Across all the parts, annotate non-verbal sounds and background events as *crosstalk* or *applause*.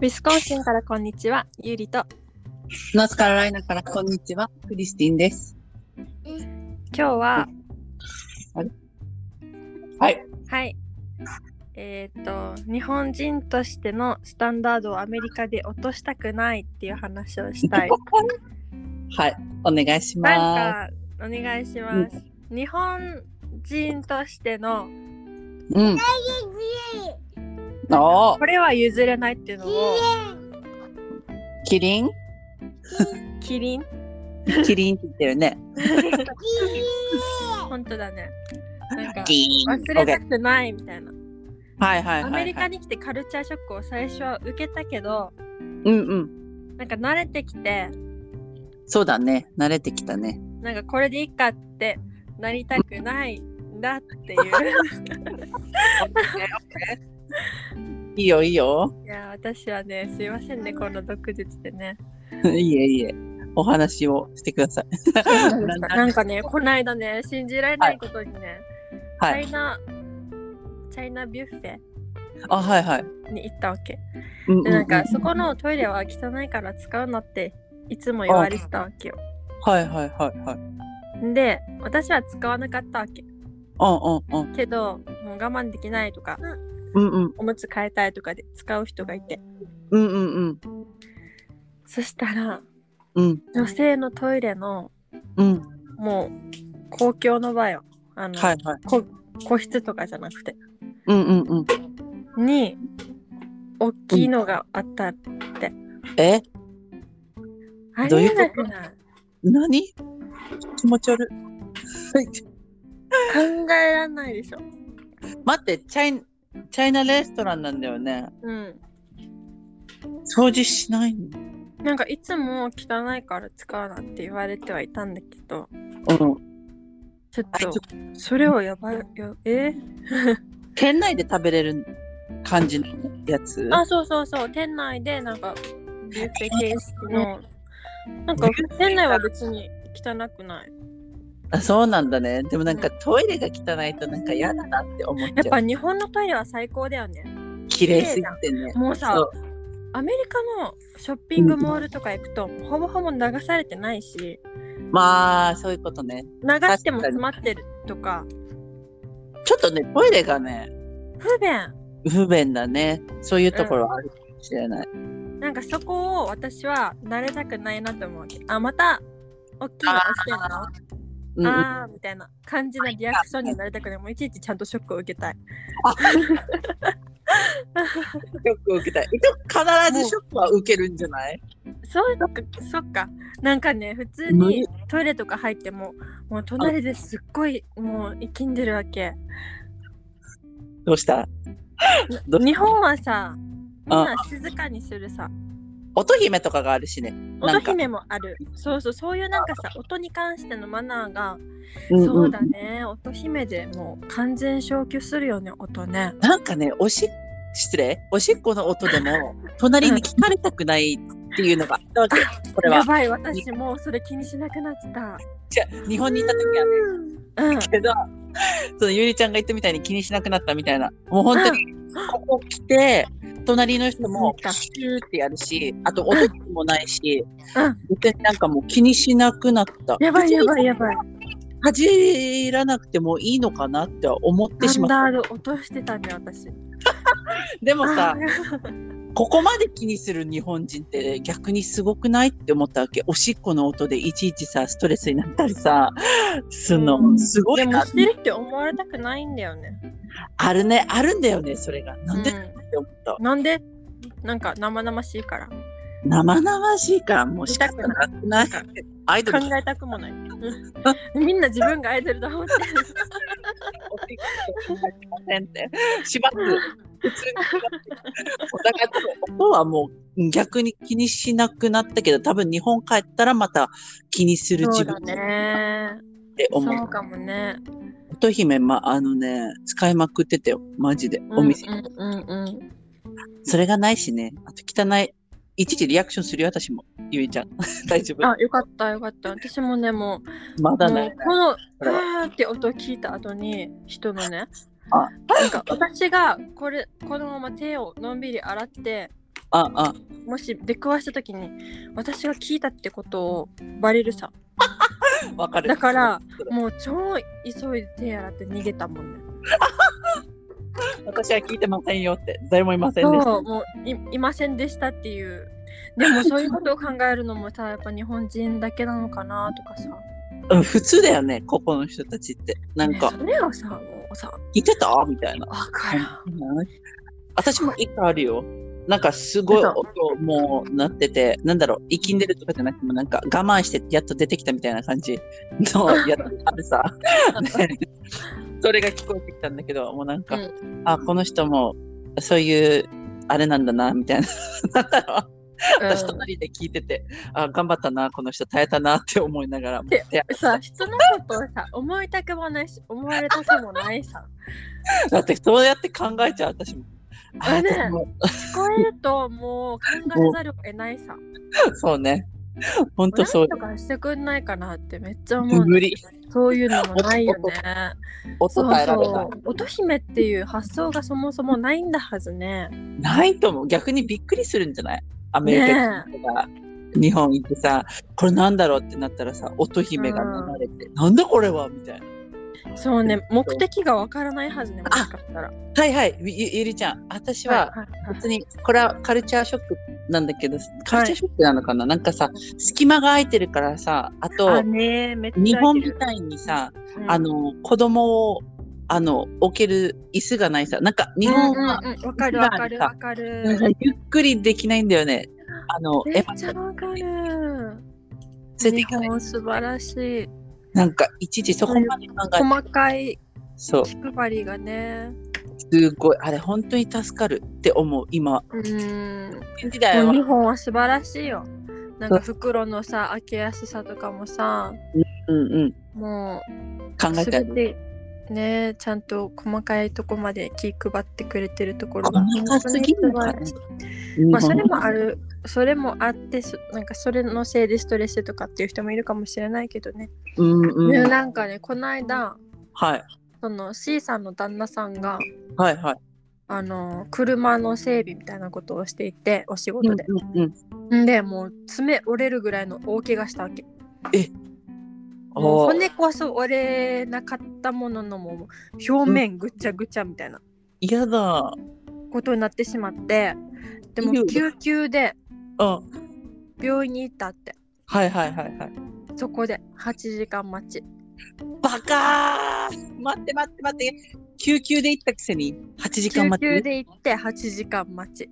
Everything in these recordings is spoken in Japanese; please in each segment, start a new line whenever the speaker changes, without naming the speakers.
ウィスコンシンからこんにちは、ゆりと。
ノースカロライナからこんにちは、クリスティンです。
今日は、
はい。
はい。えっ、と、日本人としてのスタンダードをアメリカで落としたくないっていう話をしたい。
はい、お願いします。
なんか、お願いします。日本人としての、
うん。おー
これは譲れないっていうのを、
キリン
キリン
キリンって言ってるね。
本当だね。なんか、
キリン。
忘れた
OK
くないみたいな。
はいはいはい、
ア
はい。
メリカに来てカルチャーショックを最初は受けたけど、
うんうん。
なんか慣れてきて、
そうだね。慣れてきたね。
なんかこれでいいかってなりたくないんだって
*laughs*
いう。
いいよいいよ。 *laughs*
いや、私はね、すいませんね、この毒舌でね。
いいえいいえ。お話をしてください。
なんかね、こないだね、信じられないことにね、
はい
チャ。イナ、チャイナビュッフェ
あ、はいはい。
に行ったわけ。
うんう
で、なんかそこのトイレは汚いから使うなっていつも言われてたわけよ。
はいはいはいはい。
で、私は使わなかったわけ。
うん
けど、もう我慢できないとか、
うんうん。うん
おむつ変えたいとかで使う人がいて。
うん。うんうん
そしたら、
うん。うん
女性のトイレの
うん。
もう公共の場よあの、
はいはい。
こ個室とかじゃなくて
うんうんうん。
に大きいのがあった、
え
あ
どう
り
い
えな
う
く
こと
ない
何気持ち悪い。はい
考えられないでしょ
待って、チャイ、チャイナレストランなんだよね。
うん
掃除しないの
なんかいつも汚いから使うなって言われてはいたんだけど
うん。
ちょ
あちょ
っとそれをやばいよえ
店内で食べれる感じのやつ
あそうそうそう店内でなんかビュッフェ形式のなんか店内は別に汚くない
あそうなんだね。でもなんかトイレが汚いとなんか嫌だなって思
や
っ
っ
ちゃ
ぱ
う。
日本のトイレは最高だよね
綺麗すぎてね。
もうさ
そう
アメリカのショッピングモールとか行くと、ほぼほぼ流されてないし
まあ、そういうことね。
流しても
確か
詰
に
まってるとか
ちょっとね、トイレがね、
不便
不便だね。そういうところはあるかもしれない。
なんかそこを私は慣れたくないなと思うわけあまた大きいの押してんのあ
うんうん、
ーみたいな感じのリアクションになりたくないもういちいちちゃんとショックを受けたい
ショックを受けたい。でも必ずショックは受けるんじゃない
そうかそっかなんかね普通
無
に
理
トイレとか入ってももう隣ですっごいもう生きんでるわけ
どうしたどうし
日本はさみん
あ
な静かにするさ
乙姫とかがあるしね。な
音
んか
姫もあるそうそうそういうなんかさ音に関してのマナーが、
んん
そうだね音姫でもう完全消去するよね音ね
なんかね、おし失礼、おしっこの音でも、隣に聞かれたくないっていうのがあったわけ。これ
や
は。
ばい私もうそれ気にしなくなってた
じゃあ日本にいた時はね、
うん
けど、そのゆりちゃんが言ったみたいに気にしなくなったみたいな。もう本当に、ここ来て、隣の人も
静か
シューってやるし、あと音もないし
うん、
別になんかもう気にしなくなった。
やばいやばいやばい
恥じらなくてもいいのかなって思って
ス
し
タン
まっ
ダ
た。
ード落としてたね私
でもさ
あ、ー
ここまで気にする日本人って逆にすごくないって思ったわけおしっこの音でいちいちさストレスになったりさすんの、
うん
すご
で
い
も
な
してるって思われたくないんだよね
あるねあるんだよねそれがなんでっ
う
て思った、
んなんでなんか生々しいから
生々しいからもう仕方なくないアイド
考
ルおしっ
えたくもない、うん *laughs* みんな自分がアイドルだ思ってる
こ考えてませんってしばらく普通に縛ってお互いとも音はもう逆に気にしなくなったけど多分日本帰ったらまた気にする
そ
*laughs* 自
うだ
分
ね
って思う
そうかもね
乙姫、ま、あのね、使いまくってたよ、マジで、お店。
うんうんうんうん
それがないしね、あと汚い、いちいちリアクションするよ、私も、ゆいちゃん。 *laughs* 大丈夫。
あよかったよかった私もねも
ま
う
だない
もう。この
これは
あーって音を聞いた後に人のね
あ
なんか私がこれこのまま手をのんびり洗って
あ、あ、
もし出くわした時に私が聞いたってことをバレるさ
わかる。
だから
それ、
もう超急いで手洗って逃げたもんね
私は聞いてませんよって、誰もいませんでし
そ
た
う。もういいませんでしたっていうでもそういうことを考えるのもさやっぱ日本人だけなのかなとかさ
うん、普通だよね、ここの人たちって。なんか
ね、それをさもうさ
いてたみたいな。
わから
私も一回あるよ。なんかすごい
嘘
音もうなってて、なんだろう、息んでるとかじゃなくても、なんか我慢してやっと出てきたみたいな感じのやつあ
*laughs*
るさ。ねそれが聞こえてきたんだけど、もうなんか、
う
あ、この人もそういうあれなんだな、みたいな。なんだろう。
ん、
*laughs* 私隣で聞いてて、あ、頑張ったな、この人耐えたなって思いながらも。
で
手
うん、さ人のことをさ思いたくもないし思われたくもない
*laughs*
さ
だってそうやって考えちゃう、私も。
あね
でも
聞こえるともう考えざるを得ないさ。
そうね。本当
何
そう。
とかしてくんないかなってめっちゃ思う。
無理。
そういうのもないよね。
音
そう
変えられな
そ。
いう
乙姫っていう発想がそもそもないんだはずね。
ないと思う。逆にびっくりするんじゃないアメリカ人とか、日本行ってさ、これなんだろうってなったらさ、乙姫が流れて、なんだこれはみたいな。
そうね。目的がわからないはずね。もしかしたら。
はいはい、ゆゆゆりちゃん、私は、別に、これはカルチャーショックなんだけど、カルチャーショックなのかな、なんかさ、隙間が空いてるからさ、あ
いあ
と、
ねめっちゃ
日本み
い、
たいにさ、
うん
あの、子供を、あの、置ける椅子がないさ、なんか日本は、
うんうんうんわかるわかるわか
なんか
る。
ゆっくりできないんだよね。あの、
め
や
っ
っぱ
ちゃわかる。
連れて
日
いかない
本素晴らしい。
なんか一時そこまで考えて、
細かい
そう、
気配りがね。
すごい、あれ本当に助かるって思う、今。
うん。
時代
もう日
は、
本は素晴らしいよなんか袋のさ開けやすさとかもさ
うんうん、
も
考
う
えたよ
全
ね。
てねちゃんと細かいとこまで気配ってくれてるところが
細かすぎるの
本
か
当
な
に素晴らしい。
日
まあ、それ
本
もあるそれもあってそなんかそれのせいでストレスとかっていう人もいるかもしれないけどね、
うんう
ね
ん。
なんかねこの間
はい、
その C さんの旦那さんが
はい、はい。
あの車の整備みたいなことをしていてお仕事で、
うんうんうん
んでもう爪折れるぐらいの大怪我したわけもう
おー
骨こそ折れなかったもののもう表面ぐちゃぐちゃみたいな
嫌だ。
ことになってしまってでも
いいよ
救急で
うん。
病院に行ったって
はいはいはいはい。
そこで8時間待ち
バカー待って待って待って。救急で行ったくせに8時間
救
待
急
って。
で行って8時間待ち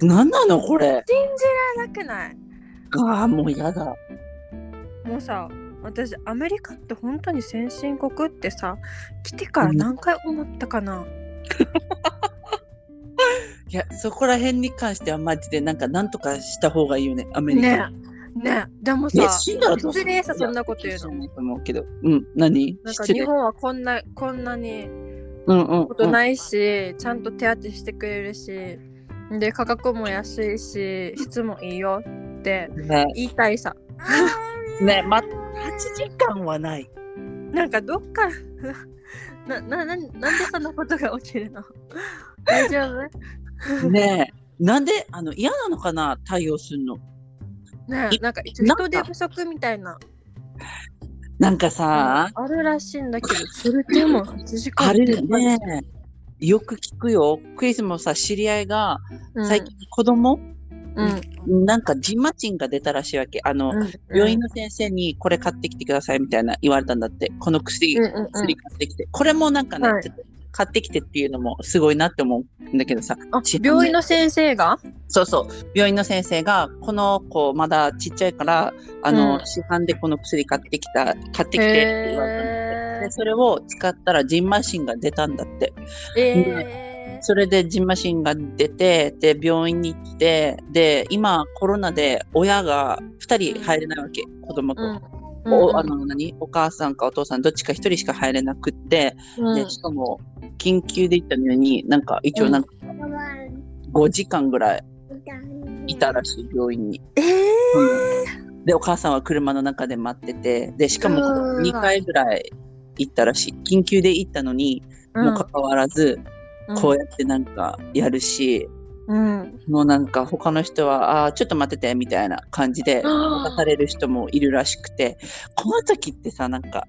何なのこれ。
信じられなくない
ああ、もう嫌だ。
もうさ私アメリカって本当に先進国ってさ来てから何回思ったかな、
いや、そこら辺に関してはマジでなんかなんとかした方がいいよね、アメリ
ね
カ。
えねえでも
いや
さ
死んだらどうす
失
る
礼さそんなこと言うの
と思うけど。うん、何
なんか
失
日
礼。
本はこんなこんなに
うんうん、
こと
うん。
ないし、ちゃんと手当てしてくれるしで価格も安いし質もいいよって
ね
言いたいさ
ね、ま、8時間はない。
なんかどっから *laughs* ななななんでそんなことが起きるの *laughs* 大丈夫
ねえなんで、あの、嫌なのかな、対応するの。
ね
い
なんか一応人手不足みたいな
なんかさ、
あるらしいんだけどそれでも8時間
あ
って
れね、よく聞くよ。クリスもさ、知り合いが、
うん
最近子供、
うん
なんかジンマチンが出たらしいわけ。あの、
うん
病院の先生にこれ買ってきてくださいみたいな言われたんだって。この薬、
うんうんうん
薬買ってきて。これもなんかね、
はい
ちょっと買ってきてっていうのもすごいなって思うんだけどさ。
あ病院の先生が
そうそう。病院の先生が、この子まだちっちゃいから、あの、
うん
市販でこの薬買ってきた、買ってきてって言われたの。
へ
で、それを使ったらジンマシンが出たんだって。
ええ
それでジンマシンが出て、で、病院に行って、で、今コロナで親が2人入れないわけ、子供と。
うん
おあの何お母さんかお父さんどっちか一人しか入れなくって、
うん
でしかも緊急で行ったのになんか一応なんか5時間ぐらいいたらしい病院に、
ええ
うんでお母さんは車の中で待っててでしかも
うわ
2回ぐらい行ったらしい緊急で行ったのにもかかわらず、
うん
こうやってなんかやるし、
うん
もうなんか他の人は、ああー、ちょっと待ってて、みたいな感じで、渡される人もいるらしくて、この時ってさ、なんか、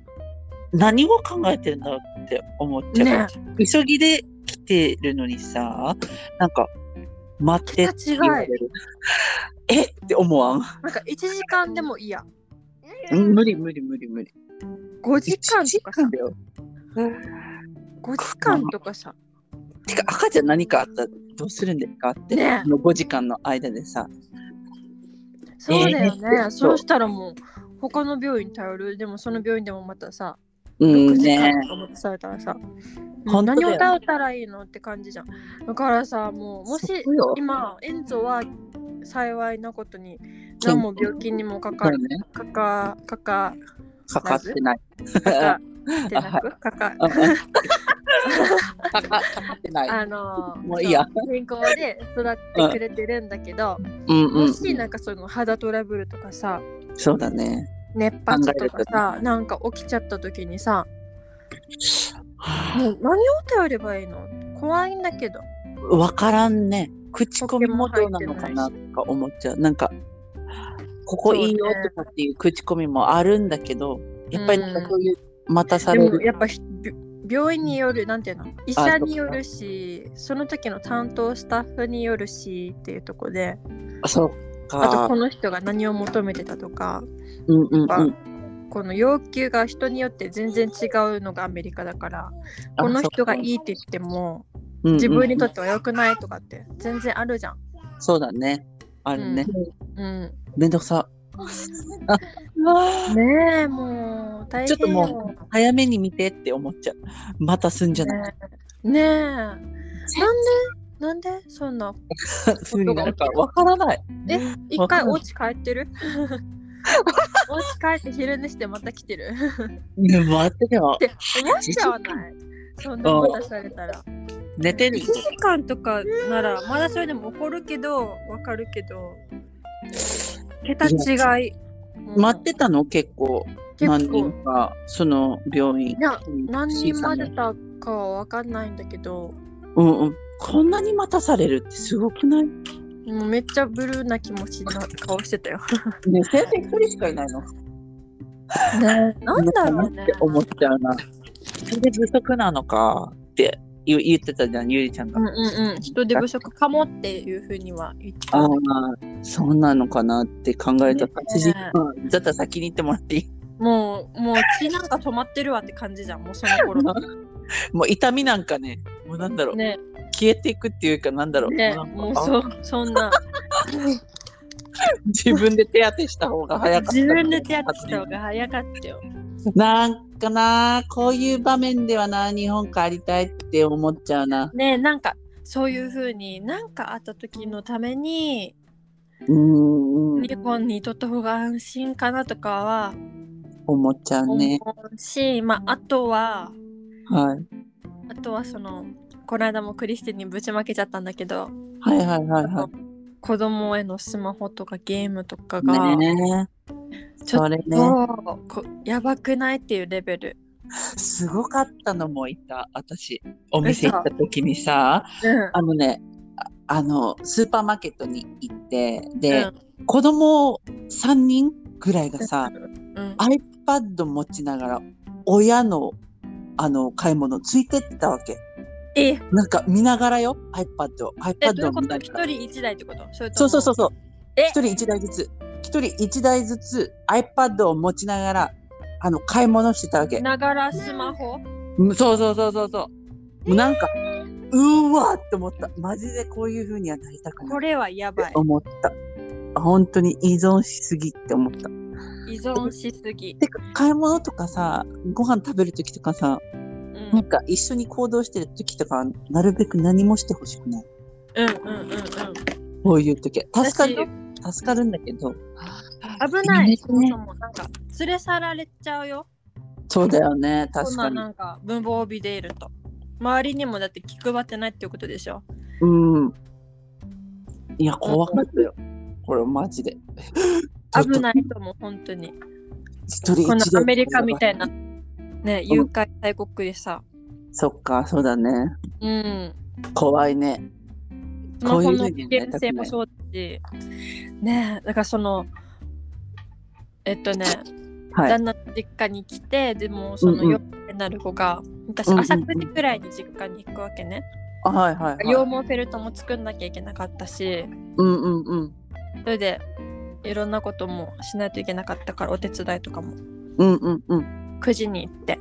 何を考えてるんだろうって思っちゃう。
ね
急ぎで来てるのにさ、なんか、待ってって言われる。えって思わん。
なんか1時間でもいいや
うん無理無理無理無理。
5時間とか
一時
さ
間だよ
5時間とかさ
てか、赤ちゃん何かあったらどうするんですかって、
ね
この5時間の間でさ、
そうだよね、
えー
そうしたらもう他の病院頼るでもその病院でもまたさ
うん
9時間
ね
とかもされたらさ、
本当だ
何
よ
を頼ったらいいのって感じじゃんだからさもうもし
そこよ
今エンゾは幸いなことに何も病気にもかか
そうね
かかかか
かかってない。 *laughs*
かかってなくかか
うん *laughs* かかかかってない。
あの
もういいや
そう健康で育ってくれてるんだけど、
うんう
も
ん。
しなんかその肌トラブルとかさ
そうだね。
熱発とか
考える
さなんか起きちゃった時にさ
は
もう何を頼ればいいの怖いんだけど
あわからんね。口コミもどうなのかなとか思っちゃう。なんか、ここいいよとかっていう口コミもあるんだけど、やっぱりなんかそういう待たさ
で
れ
も
る。
やっぱひび病院によるなんていうの医者によるしその時の担当スタッフによるしっていうとこで
そう
あと
か
こ。の人が何を求めてたとか
うんうんうん。
この要求が人によって全然違うのがアメリカだからこの人がいいって言っても自分にと
って。
っては良くないとかって全然あるじゃん。
そうだね。あるね。
うん、
めんどくさ。
ねえもう大変よ
ちょっとも早めに見てって思っちゃう。またすんじゃな
ね
い。
えねえなんでなんでそんな
ふうになんかわからない。
一回お家帰って
*laughs*
るお家帰って昼寝してまた来て
*laughs*
る
ね待ってても
って思っちゃわないそんなことされたら
寝てる
1。時間とかならまだそれでも怒るけどわかるけど桁違い
待ってたの結構。
て
何
結
人
構
かその病院
いや
うん
何人待て
小さ
たかはわかんないんだけど
なうんうんこんなに待たされるってすごくないね
もうめっちゃブルーな気持ちな顔してたよ。
先生一人しかいないの
ね、なんだろう
っ
ね
て。思っちゃうなそれで不足なのかって言う言ってたじゃんゆりちゃんが、
うんうんうん、人手不足かもっていうふうには言ってた
ああそうなのかなって考えた
ね
8時間だったら先に行ってもらっていい
もうもう血なんか止まってるわって感じじゃんもうその頃
もう痛みなんかねもうなんだろう、
ね
消えていくっていうかなんだろう,
ね
なんか、
もう
あ
そうそんな
自分で手当てした方が早かった
自分で手当てした方が早かったよ。
なんかなこういう場面ではな日本帰りたいって思っちゃうな。
ねなんかそういうふうになんかあった時のために
うんうん
日本にとった方が安心かなとかは
思っちゃう
思
ね。
うし、まああとは
はい
あとはそのこの間もクリスティにぶちまけちゃったんだけど
はいはいはいは
子供へのスマホとかゲームとかが、
い。ねえ
ちょっと
それね
そうこやばくないっていうレベル。
すごかったのもいた私お店行った時にさ
うん
あのねああのスーパーマーケットに行ってで、
うん
子供3人ぐらいがさ
うん
iPad 持ちながら親のあの買い物ついてってたわけ。
え
なんか見ながらよ、iPad を。
えどうい
iPad
う
を
こ
見
と
な
一
がら。
人一台ってことそれと
そう
も
そうそうそう。
え
一人一台ずつ。一人一台ずつ iPad を持ちながら、あの、買い物してたわけ。
ながらスマホ
うんそうそうそうそうそう。もうなんか、うーわーって思った。マジでこういう風にはなりたくない。
これはやばい
って。思った。本当に依存しすぎって思った。
依存しすぎ。
てか、買い物とかさ、ご飯食べる時とかさ、
うん
なんか一緒に行動してる時とか、なるべく何もしてほしくない。
うんうんうんうん。
こういう時は。助かる
私
よ。助かるんだけど。
危ない。
いいです
そも
ね
そもなんか連れ去られちゃうよ。
そうだよね、
こん
確
な
か
な
に。
んか文房帯でいると。周りにもだって気配ってないっていうことでしょ。
うん。いや、怖かったよ。これ、マジで。
*laughs* 危ないと思う、本当に。
一人
この
一台
アメリカみたいな、ね、誘拐大国でさ、
そっか、そうだね。
うん。
怖いね。
スマホ
こう
の
いうふう
危
にね
険性もそうだし、ねえ、だからその、えっとね、
はい。
旦那の実家に来て、でもそ
うんう
の
ん
夜になる子が、私
うんうんうん
朝9時くらいに実家に行くわけね。
あはいはい、はい。
羊毛フェルトも作んなきゃいけなかったし、
うんうんうん。
それでいろんなこともしないといけなかったから、お手伝いとかも
うんうんうん。
9時に行って、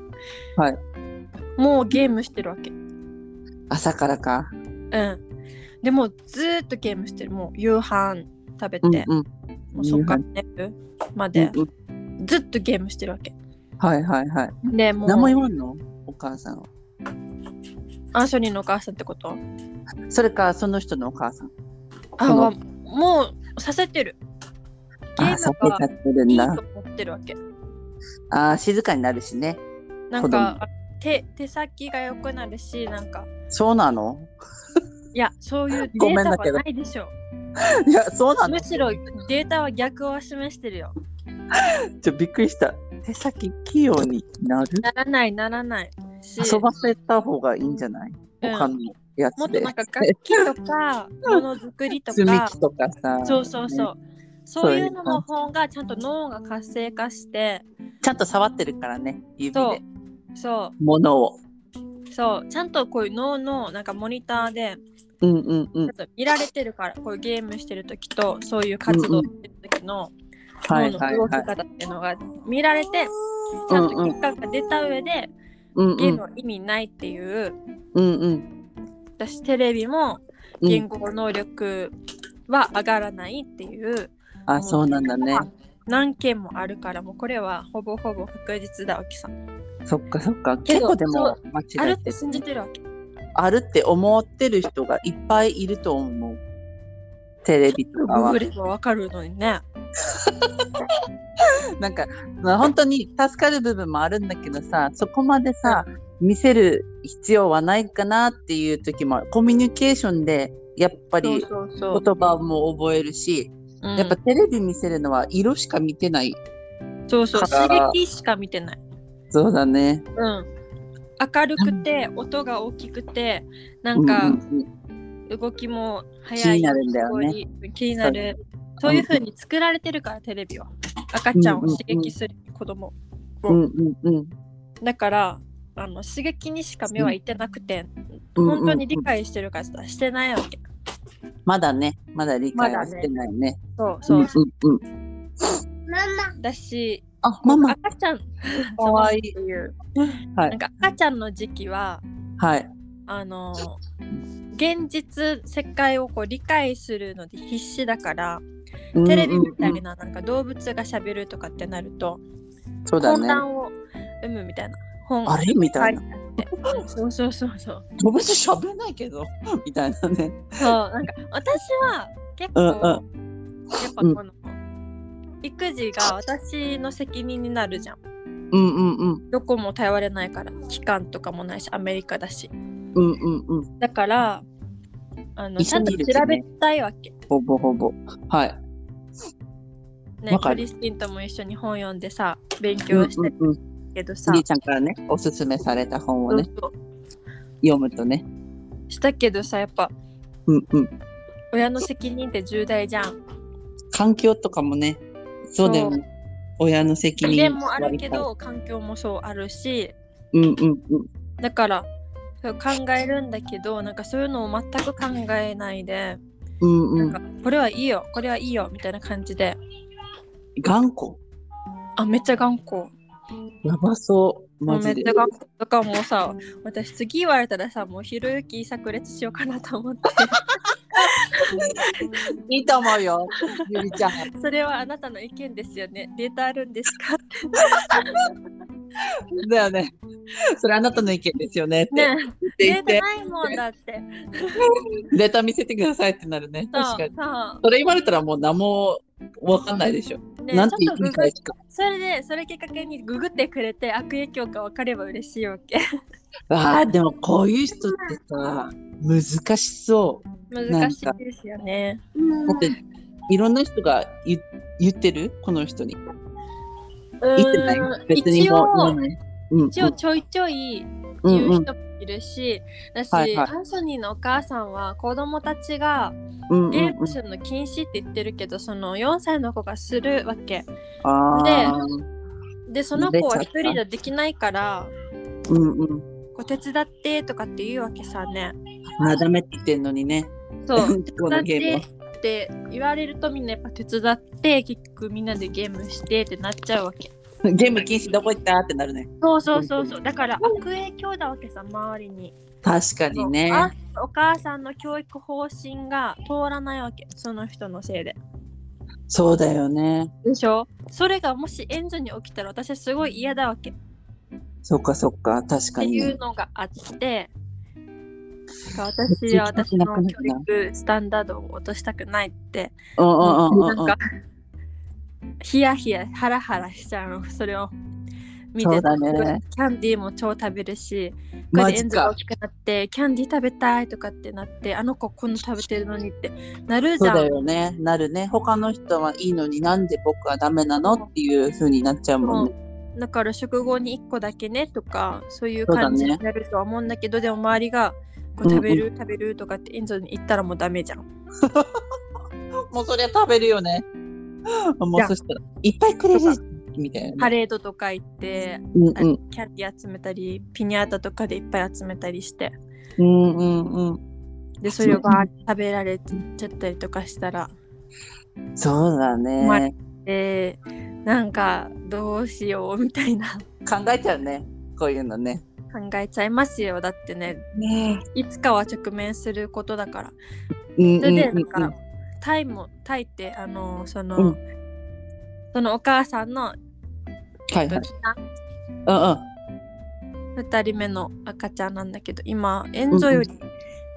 はい
もうゲームしてるわけ。
朝からか。
うん。でもうずーっとゲームしてる。もう夕飯食べて、
うんうん。
もうそっから寝るまで、
うんうん
ずっとゲームしてるわけ。
はいはいはい。
で、も
何も言
う
わんのお母さんは。
アンソニーのお母さんってこと
それか、その人のお母さん。
あ
その
わもうさせてる。ゲ
あ、
ー
避
ム
けちゃ
が
ってる
い
ん
いと
だ。
思ってるわけ。
あー静かになるしね。
なんか手手先が良くなるし、なんか、
そうなの *laughs*
いや、そういうデ
ごめん
ータ
だけ
は
ど
ないでしょ
いや、そうな
う。
の
むしろデータは逆を示してるよ。
ちょびっくりした。手先器用になる
ならない、ならないし。
遊ばせた方がいいんじゃない、
うん
他のや
も
つ
っと
で
なん。か楽器と
*laughs*
かものづくりと
積み
か
木とかさ。
そうそうそう
ね。
そういうのの方がちゃんと脳が活性化して
ちゃんと触ってるからね、指
そ
で。
うそ
物を。
うそうちゃんとこういう脳のなんかモニターで
うんうんうん。
ちょっと見られてるからこういうゲームしてる時とそういう活動してる時の
は
脳
いは
の
い
動き
はい。
方っていうのが見られてちゃんと結果が出た上で
うんう
ゲーム
ん
は意味ないっていう
うんうん。
私テレビも言語能力は上がらないっていう。
あ、そうなんだね。
何件もあるからもうこれはほぼほぼ確実だわけさん
そっかそっか。
け
結
ど
構でも間違
ある
え
ってて
る。
信じてるわけ
あるって思ってる人がいっぱいいると思う。テレビとか
グ
は
グ。ればわかるのにね
なんか、まあ本当に助かる部分もあるんだけどさ、そこまでさ、見せる必要はないかなっていう時もあるコミュニケーションで、やっぱ
そう
り
そうそう、
言葉も覚えるし、
うん
やっぱテレビ見せるのは色しか見てない。
そうそう
か
刺
ら
激しか見てない
そうだね。
うん明るくて音が大きくてなんか
うんうんうん
動きも
気
速い
になるんだよね
すごい気になるそういう風に作られてるからテレビは赤ちゃんを刺激する子供、
うんうんうん。
だからあの刺激にしか目はいってなくて、
うんうんうん
本当に理解してるかしたらしてないわけ
まだね、まだ理解
ま
は
だ
し
ね
てないね。
そうそう、
うんうんうん。
だし
あ、ママ、
赤ちゃん
か
*laughs*
わいい。
っていう、
は
ないん。か赤ちゃんの時期は
はい。
あの現実世界をこう理解するので必死だからテレビみた
うんうんう
い
ん
ななんか動物がしゃべるとかってなると、
そうだ
混
ね。
乱を生むみたいな本
あれみたいな。
はいそうそうそうそう
動物喋んないけど *laughs* みたいなね。
そうなんか私は結構、
うんうん
やっぱこの、育児が私の責任になるじゃん
うんうんうん
どこも頼れないから期間とかもないしアメリカだし
うんうんうん。
だからあの
一
ちゃ
緒
んと
にい
調
ると
べ
ね
たいわけ
ほぼほぼ。はい。
ね
わ
ク
かる
リスティンとも一緒に本読んでさ勉
うん
強して
う
る
んうん。
けどさ、
みーちゃんからね、おすすめされた本をね、
そうそ
読むとね。
うしたけどさやっぱ
うんうん。
親の責任って重大じゃん
環境とかもね、そうだよね。親の責
遺
任
伝もあるけ。ど環境もそうあるし
うんうんうん。
だからそう考えるんだけどなんかそういうのを全く考えないで、
うんうん
な。んかこれはいいよこれはいいよみたいな感じで
頑固。
あめっちゃ頑固
やばそう。
も
マ
うめっ
ジ
ち
で
ゃ。頑固とかもうさ私次言われたらさもうひろゆき炸裂しようかなと思って
いいと思うよ。ゆりちゃん。
それはあなたの意見ですよねデータあるんです
*laughs*
かって
だよね。それあなたの意見ですよねって
ね
言
デ
っ
ータ
て、
ないもんだ
*laughs*
って
データ見せてくださいってなるね。
そう
確かに。
そ
それ言われたらもう何もわかんないでしょ。
うねちょ
な
っ
ん
と
て言
グ
い
グ
たいか。
それでそれきっかけにググってくれて悪影響か分かれば嬉しいわけ *laughs*
あーでもこういう人ってさ、難しそ
難しいですよね
う。だって、いろんな人が言言ってるこの人に。
う
言ってない
ーん
別に
一
もう言わ
応
ない。うんうん
一応ちょいちょい
うん
言
う
うん人もいるしだし、
はいはい
アンソニーのお母さんは子供たちが
うんうん
ゲー
う
ム
ん
するの禁止って言ってるけど、その4歳の子がするわけ
あー
でその子は一
慣れちゃった
人じゃできないから
うんうん
こう手伝ってとかって言うわけさ
*laughs*
ね
なだめってんのにね
そう
このゲーム
手伝
は
ってって言われるとみんなやっぱ手伝って結局みんなでゲームしてってなっちゃうわけ
ゲーム禁止どこ行ったってなるね。
そうそうそうそうだから悪影響だわけさ周りに
確かにね。
あお母さんの教育方針が通らないわけその人のせいで
そうだよね。
でしょそれがもしエンズに起きたら私はすごい嫌だわけっ
そっかそっか。確か
て
に
い
ね。
うのがあってだから私は私の教育スタンダードを落としたくないって
うんうんうんうん
な
うんん
か。ヒヤヒヤハラハラしちゃうのそれを見
そ
て
う
た
だね
キャンディーも超食べるしこ
マ
れでエ
ジ
ンズが
か
大。きくなってキャンディー食べたいとかってなってあの子こんな食べてるのにってなる
そ
じ
う
ゃん
だよね。なるね。他の人はいいのになんで僕はダメなのっていう風になっちゃうもんね。
だから食後に1個だけねとかそういう感じ
そうだね
になるとは思うんだけどでも周りがこう
うんうん
食べる、食べるとかってエンゾに行ったらもうダメじゃん。
もうそりゃ食べるよ *laughs* ね。もうそしたら、いっぱいくれるみたいな
パ
ね。
レードとか行って
うん
あのキャンディー集めたりピニャータとかでいっぱい集めたりして
うん。うんうんうん。
でそれをバーって食べられちゃったりとかしたら
そうだ
まあ
ね。
でなんかどうしようみたいな
考えちゃうね。こういうのね。
考えちゃいますよだってね
ね
いつかは直面することだから。
うん
そ
うん
れで
うん
な
うん
かタイもタイってあのその、
うん
そのお母さんの
ん。はいはい。うんうん。
2人目の赤ちゃんなんだけど今エンゾより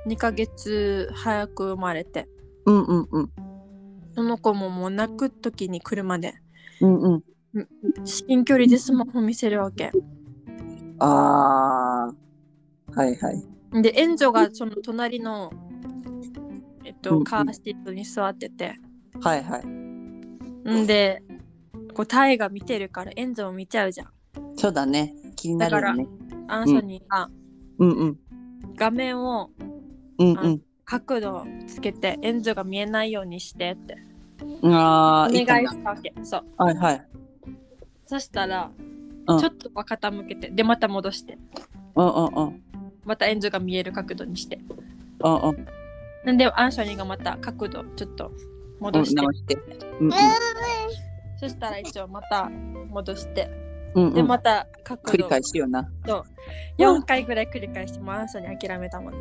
2ヶ月早く生まれて、
うんうんうん。
その子ももう泣く時に車で
うんうん。
至近距離でスマホ見せるわけ
ああ、はいはい。
でエンゾがその隣のえっ
うん
と
うん
カーシートに座ってて
はいはい。
んでこうタイが見てるからエンゾを見ちゃうじゃん
そうだね。気になるよね。
アンソニーが
うんうん。
画面を
うん
角度をつけてエンゾが見えないようにしてって
うん。
お
ああ、
願い
いか
し
な。
たわけそう
はいはい。
そしたら、
うん
ちょっとは傾けてでまた戻して
うんうんうん。
またエンゾが見える角度にして
うんうん。
なんでアンソニーがまた角度ちょっと
うん
戻して、
直して。うん
そしたら一応また戻して
うん。うん
で
うん。
また角
繰
度
り返しよな。
と4回ぐらい繰り返してもうアンソニー諦めたもんね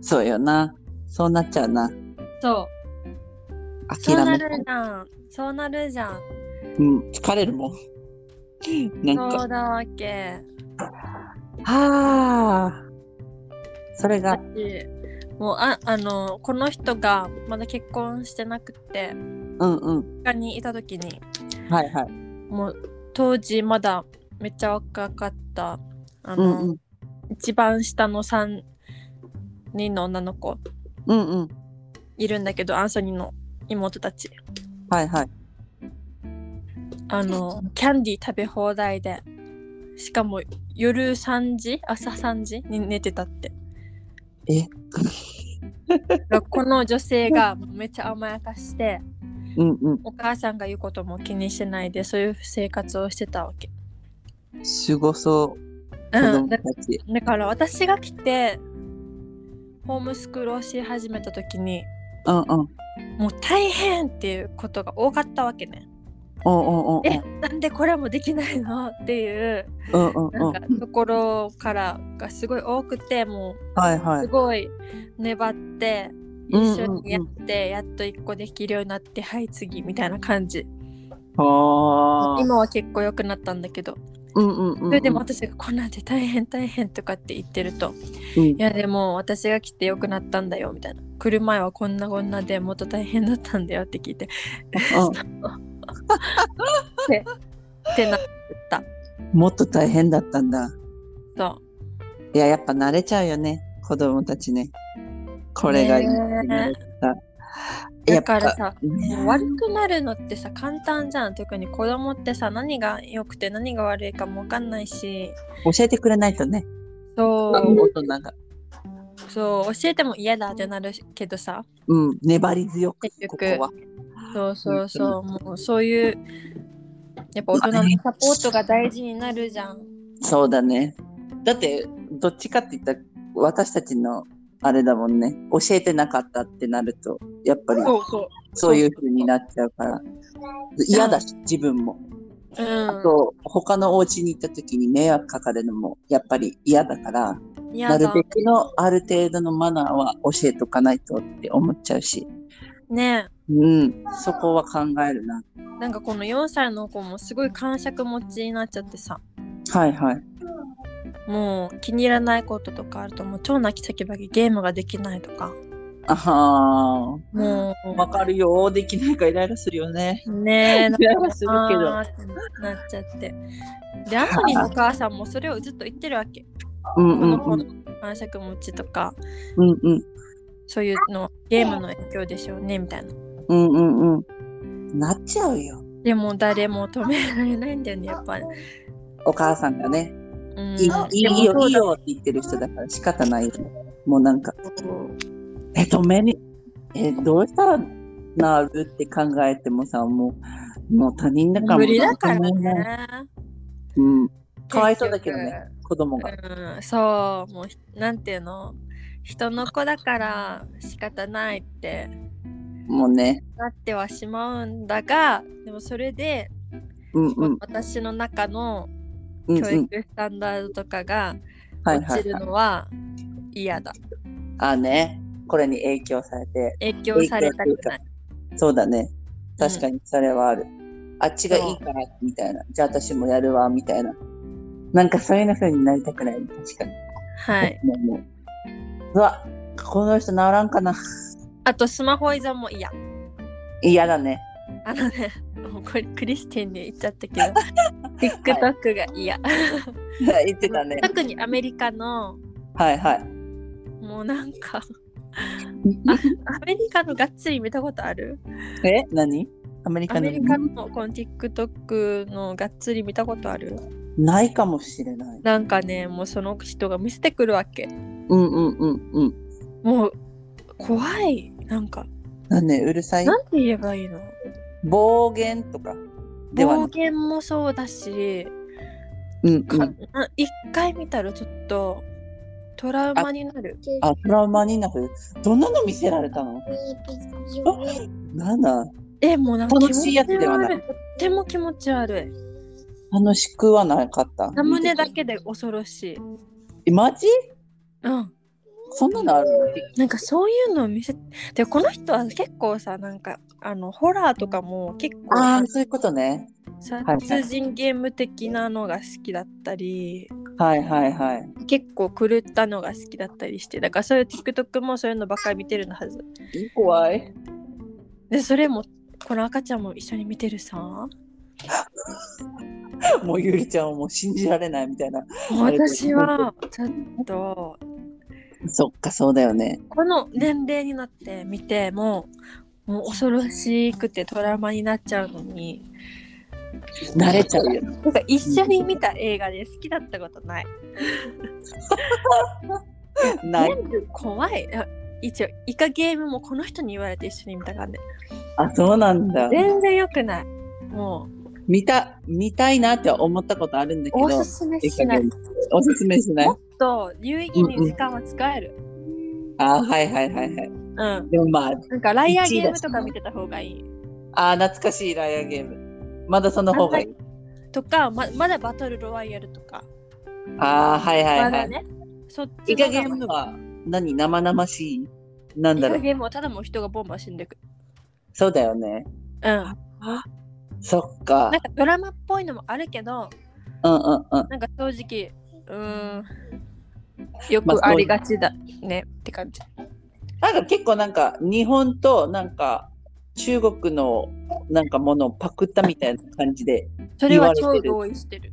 そうよな。そうなっちゃうな。
そうそう
諦
な
め
る
る。
じゃんそうなるじゃん
うん。疲れるも
*laughs*
ん。なん
そ
か。
うだわけ
ああ。それ
だ
が
し。もうああのこの人がまだ結婚してなくて
うんうん。
他にいた時に
はいはい。
もう当時まだめっちゃ若かったあ
う
の、
んうん。
一番下の3人の女の子
うんうん。
いるんだけどアンソニーの妹たち
はいはい。
あのキャンディー食べ放題でしかも夜3時朝3時に寝てたって
え
*laughs* この女性がめっちゃ甘やかして
うんう
お母さんが言うことも気にしないでそういう生活をしてたわけ。
ん。すごそう。子
うん、
供
だ
たち。
だから私が来てホームスクールをし始めた時に
うんうん。
もう大変っていうことが多かったわけね。
うんうんうんうん。
えなんでこれもできないのっていう
うんうんう
なん
ん
か。ところからがすごい多くても
はいうは
す
い。
ごい粘って
うんうんうん
一緒にやってやっと一個できるようになってはい次みたいな感じ
ああ。
今は結構良くなったんだけど
うんうんうん。
それでも私がこんなんで大変大変とかって言ってると、
うん
いやでも私が来て良くなったんだよみたいな来る前はこんなこんなでもっと大変だったんだよって聞いてってなった
もっと大変だったんだ。
そ
いや、やっぱ慣れちゃうよね。子供たちね。これがいいって慣れ
う
た。や
だ
っぱ
からさ
ね
もう悪くなるのってさ簡単じゃん特に子供ってさ何が良くて何が悪いかも分かんないし
教えてくれないとね。
そ
大
う
人が。
そう教えても嫌だってなるけどさ
うん、粘り強く、
結
こ
局
こは。
そうそうそうもうそういうやっぱ大人のサポートが大事になるじゃん
*laughs* そうだね。だって、どっちかって言ったら、私たちのあれだもんね。教えてなかったってなると、やっぱり
そうそ
そういう風になっちゃうから。嫌だし、自分も。
う
あ
う
と、他のお家に行った時に迷惑かかるのも、やっぱり嫌だから、
ん嫌
なる
だ
べくのある程度のマナーは教えとかないとって思っちゃうし。
ね
うん、そこは考えるな。
えなんかこの4歳の子もすごい感触持ちになっちゃってさ
はいはい。
もう気に入らないこととかあるともう超泣き叫ばきゲームができないとか
あはー。
も
わかるよ。できないからイライラするよね。
うねえ
イライラするけど
あ。ーってなっちゃってでアンソニーのお母さんもそれをずっと言ってるわけ
うん
こ
うん
の子
うん
の感触持ちとか
うんうん
そういうのゲームの影響でしょうねみたいな
うんうんうん。なっちゃうよ。
でも誰も止められないんだよねやっぱり、
お母さんがね、
うん、
いいいいいい
でもそ
よいうい
だ
よって言ってる人だから仕方ないよね。もうなんか、
そう
え、止めに、え、どうしたらなるって考えてもさ、もう、もう他人だから
無理だから。
もうなんとも言えない
ね
うん。かわいそうだけどね、子供が。
結局うんそうもうひなんていうの人の子だから仕方ないって
もうね、
なってはしまうんだがでもそれで
うんうん
私の中の
うんう
教
ん。
育スタンダードとかが
はい
落
は
ち
い
る
はい。
のは嫌だ
あね、これに影響されて、
影響されたくない
そうだね。確かにそれはある。あっちがいいから、みたいな。じゃあ私もやるわ、みたいな。なんかそういう風になりたくない。確かに。
はい
もうもううわ、この人治らんかな。
あとスマホ依存も嫌
嫌だね。 *laughs*
あのねもうこれクリスティンに言っちゃったけど
*laughs*
TikTok が嫌、
言ってたね。
特にアメリカの
はいはい。
もうなんかアメリカのがっつり見たことある
え何アメリ
ア
カの
メリカのこの TikTok のがっつり見たことある
ないかもしれない。
なんかねもうその人が見せてくるわけ
うんうんうんうん。
もう怖いなんか
なんね、うるさい。
なんて言えばいいの
暴言とかではな
暴
い。
言もそうだし、
うんう
か
ん。
な一回見たらちょっとトラウマになる
あ、トラウマになる。どんなの見せられたのなんだ
えもうなんか
楽しいやつではない
気持ち悪いとっても気持ち悪い
楽しくはなかった。
サムネだけで恐ろしい
えマジ
うん
そんなのあるの
なんかそういうのを見せでこの人は結構さなんかあのホラーとかも結構
ああ、そういうことね。
殺人ゲーム的なのが好きだったり、
はいはいはい。
結構狂ったのが好きだったりしてだからそういう TikTok もそういうのばっかり見てるのはず
怖い。
でそれもこの赤ちゃんも一緒に見てるさも
もうゆりちゃんをもう信じられないみたいな。
う私はちょっと
そっか、そうだよね。
この年齢になって見てももう恐ろしくてトラウマになっちゃうのに
慣れちゃうよ。
なんか一緒に見た映画で好きだったことない
ない。
全部怖いあ一応イカゲームもこの人に言われて一緒に見たからね
あ、そうなんだ。
全然良くないもう
見た、見たいなって思ったことあるんだけど
お、すすめ
いい
し
加
ない
減おすすめしない
も。っと有意義に時間は使える。
あーはいはいはいはい。
うん。
でもまあ、
なんかライアーゲームとか見てた方がいい。
あー懐かしいライアーゲーム。まだその方がいい。
とかま、まだバトルロワイヤルとか。
ああ、はいはい
ま
は
だ
い。
ね。そっち
イ
の方
カ
が
ゲームは何生々しいなんだろ
イカ
う。
ゲームはただもう人がボンボン死んでく。
そうだよね。
うん。なん
そっ
か
か。
ドラマっぽいのもあるけど、
うんうんうん。
なんか正直、うーん。よくありがちだねって感じ。
なんか結構なんか日本となんか中国のなんかものをパクったみたいな感じで
それは
言わ
超
れてる
同意してる。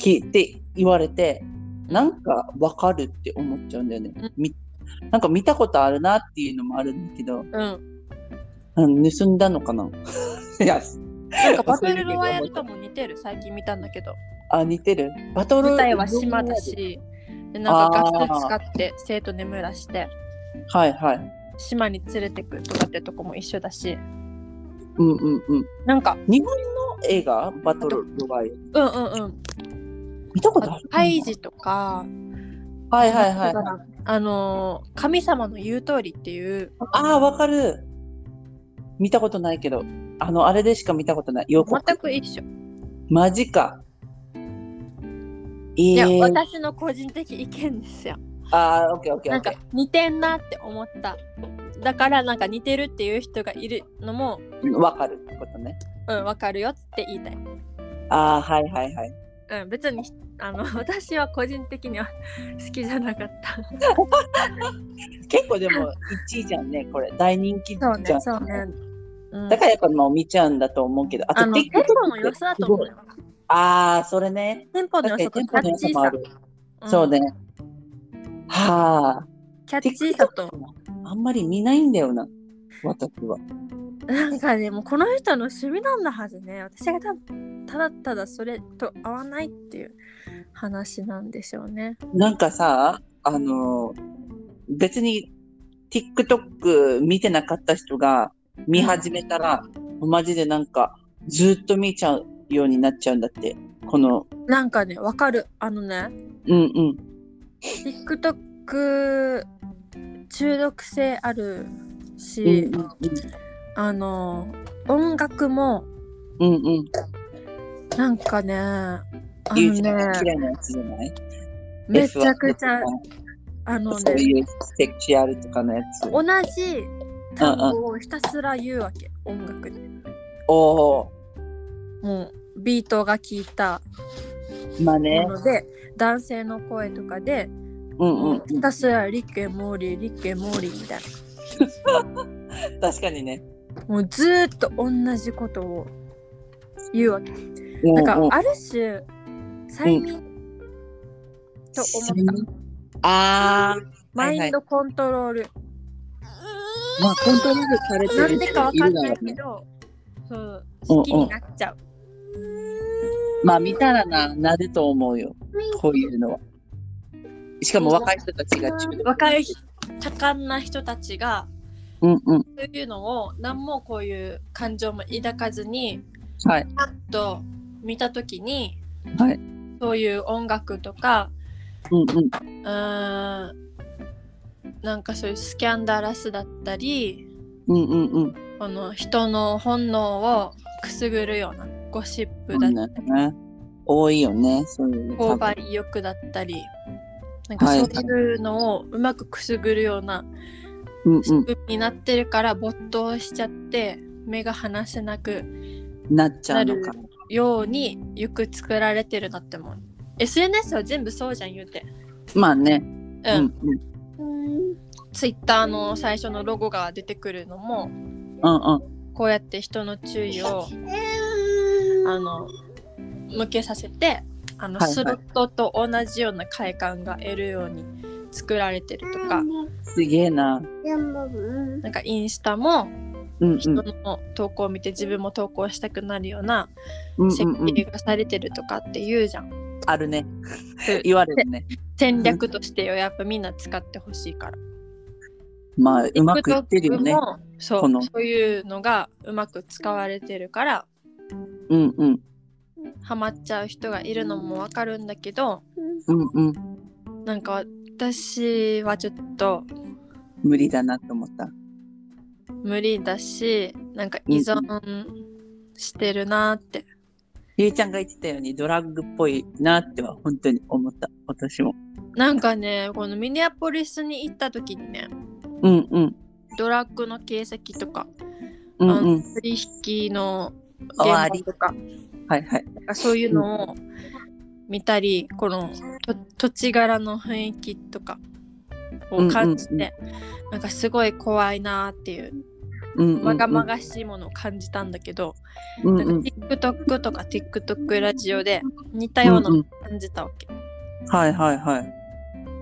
聞いて言われてなんかわかるって思っちゃうんだよね
うん。
みなんか見たことあるなっていうのもあるんだけど、
うん。
うん盗んだのかな *laughs* いや、
なんかバトルロワイヤルとも似てる、最近見たんだけど。
あ、似てる。バトル。
舞台は島だし、でなんかガス使って生徒眠らして
はいはい。
島に連れてくとかってとこも一緒だし
うんうんうん。
なんか
日本の映画バトルロワイヤル
うんうんうん
見たことあ
あ
る
とハイジとか
はいはいはい
だ。からあのー神様の言う通りっていう
ああ、わかる。見たことないけど、あの、あれでしか見たことない。よく。
全く一緒
マジか。い
い
いえ
や
ー。
私の個人的意見ですよ
ああ、オッケーオッケー
な
オッ
ん
ケ
か
ー。
似てんなって思っただからなんか似てるっていう人がいるのも
うんわかるってことね。
うんわかるよって言いたい
ああ、はいはいはい。
うん、別にあの私は個人的には好きじゃなかった。
結構でも1位じゃんね、これ。大人気じゃん。
そうね。うん、
だからやっぱもう見ちゃうんだと思うけど。あ
あ
と
の
TikTok
テンポの良さだと思うよ。
ああ、それね。
テンポの良さとキ
確
ャ
かに
ッチー
テンポの良さも
さ
ある。
ん
そうね。。はあ。
キャッチーさと。
あんまり見ないんだよな。私は。
なんかね、もうこの人の趣味なんだはずね。私が多分ただただそれと合わないっていう話なんでしょうね。
なんかさ、あの、別に TikTok 見てなかった人が見始めたら、マジでなんかずっと見ちゃうようになっちゃうんだって。この、
なんかね、わかる。あのね、
うんうん。
TikTok 中毒性あるし、
うん
あの音楽も
うんうん。うん
なんかねあの
ゆうちゃんが
ね
嫌いなやつじゃない
めちゃくちゃ
F1
あ
と
の
かそう
ね
いうセクシュアルとかのやつ。
同じ単語をひたすら言うわけ音楽で
おお
もうビートが効いた
ーまあ
も
ね。
ので男性の声とかで
うんうんう
も
ん
う。ひたすらリッケモーリーリッケモーリーみたい
*laughs* 確かにね。
なもうずーっと同じことを言うわけ
な
だからある種催眠と思った
あー、
マインドコントロール
まあコントロールされて
なん
る
でかわ
人い
か
る
ん
だ
ない
ろう
け
ね。
ど、そう
うん
好きになっちゃう。
まあ見たらな、なると思うよ。こういうのは。しかも若い人たちが中毒
若い多感な人たちが
うんうん。
そういうのを何もこういう感情も抱かずに
はい。
パッと見た時に、
はい
そういう音楽とか
うんうん。
うーんなんかそういうスキャンダラスだったり
うんうんうん。
この人の本能をくすぐるようなゴシップだったり
そうなのね。多いよね。そういうの
購買意欲だったりなんかそういうのをうまくくすぐるような
うんう
仕組みになってるから没頭しちゃって目が離せなく
ん。なっちゃうのか。
ようによく作られてるなって思う SNS は全部そうじゃん言うて
まあね。う
うん、
んうん。
Twitter の最初のロゴが出てくるのも
うんうん。
こうやって人の注意をあの向けさせてあの、
はいはい
スロットと同じような快感が得るように作られてるとか、
すげえな。
なんかインスタも
うんう
人
ん。
の投稿を見て自分も投稿したくなるような
うん
設
うんうん
計。がされてるとかって言うじゃん。
あるね。 *laughs*
うん
言われるね。
戦略としてやっぱみんな使ってほしいから。
まあ、うまくいってるよね
TikTok。もそ
こ
う
の
そういうのがうまく使われてるから
うんうん。
ハマっちゃう人がいるのもわかるんだけど
うんうん。
なんか私はちょっと
無理だなと思った。
無理だしなんか依存してるなって。
ゆうちゃんが言ってたようにドラッグっぽいなっては本当に思った。私も。
なんかねこのミネアポリスに行った時にね
うんうん。
ドラッグの形跡とか
うん
あ
う
の
ん。
取引の現
終わ
場
り
とか
はいはい。
なんかそういうのを見たり、このと土地柄の雰囲気とかを感じて、
うんうん
なんかすごい怖いなっていう
うんうん。
まがまがしいものを感じたんだけど、
うん
な
うんん。
か TikTok とか TikTok ラジオで似たような
うん
のを
うん
感じたわけ。
はいはいはい。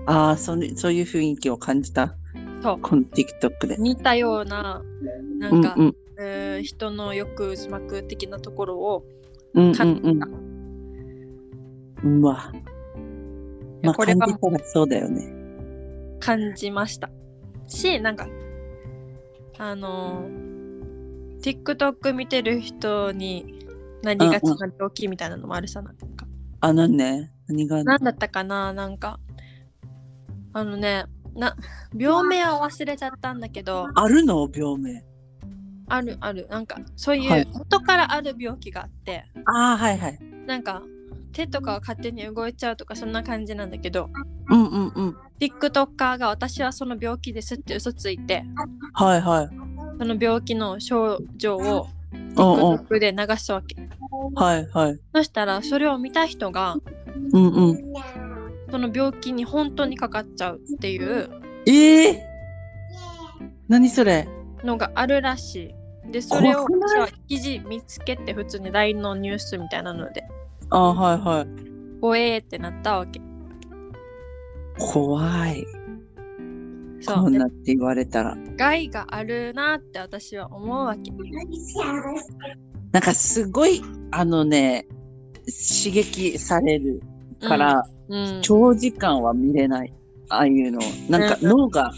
ああ、そんそういう雰囲気を感じた。
そう
この TikTok で。
似たようなな
うんんう
か、
ん。
うーん人の欲渦巻く的なところを
うんうん
感じた。
うん。うわ。まあ、
こ
こ
れ
れ
が
感じたらそうだよね。
感じましたしなんかあのー TikTok 見てる人になりがちな病気みたいなのもあるさなんか
あ、なんね。何がある
何だったかななんかあのねな病名は忘れちゃったんだけど
あるの病名。
あるあるなんかそうい
は
う
い
元からある病気があって
ああ、はいはい。
なんか手とかが勝手に動いちゃうとかそんな感じなんだけど
うんうんうん。
TikToker が私はその病気ですって嘘ついて
はいはい。
その病気の症状を
うんう
TikTok で流すわけ。
ん。はいはい。
そしたらそれを見た人が
うんうん。
その病気に本当にかかっちゃうっていう
ええ何それ
のがあるらしい。でそれを
怖く
私
な
は記事見つけて普通に LINE のニュースみたいなので
ああ、はいはい。
怖えってなったわけ。
怖い。
そ
こ
うんで
なって言われたら。
害があるなって私は思うわけ。
なんかすごい、あのね、刺激されるから、
うん、
長時間は見れない。ああいうの。なんか
ね
脳が
う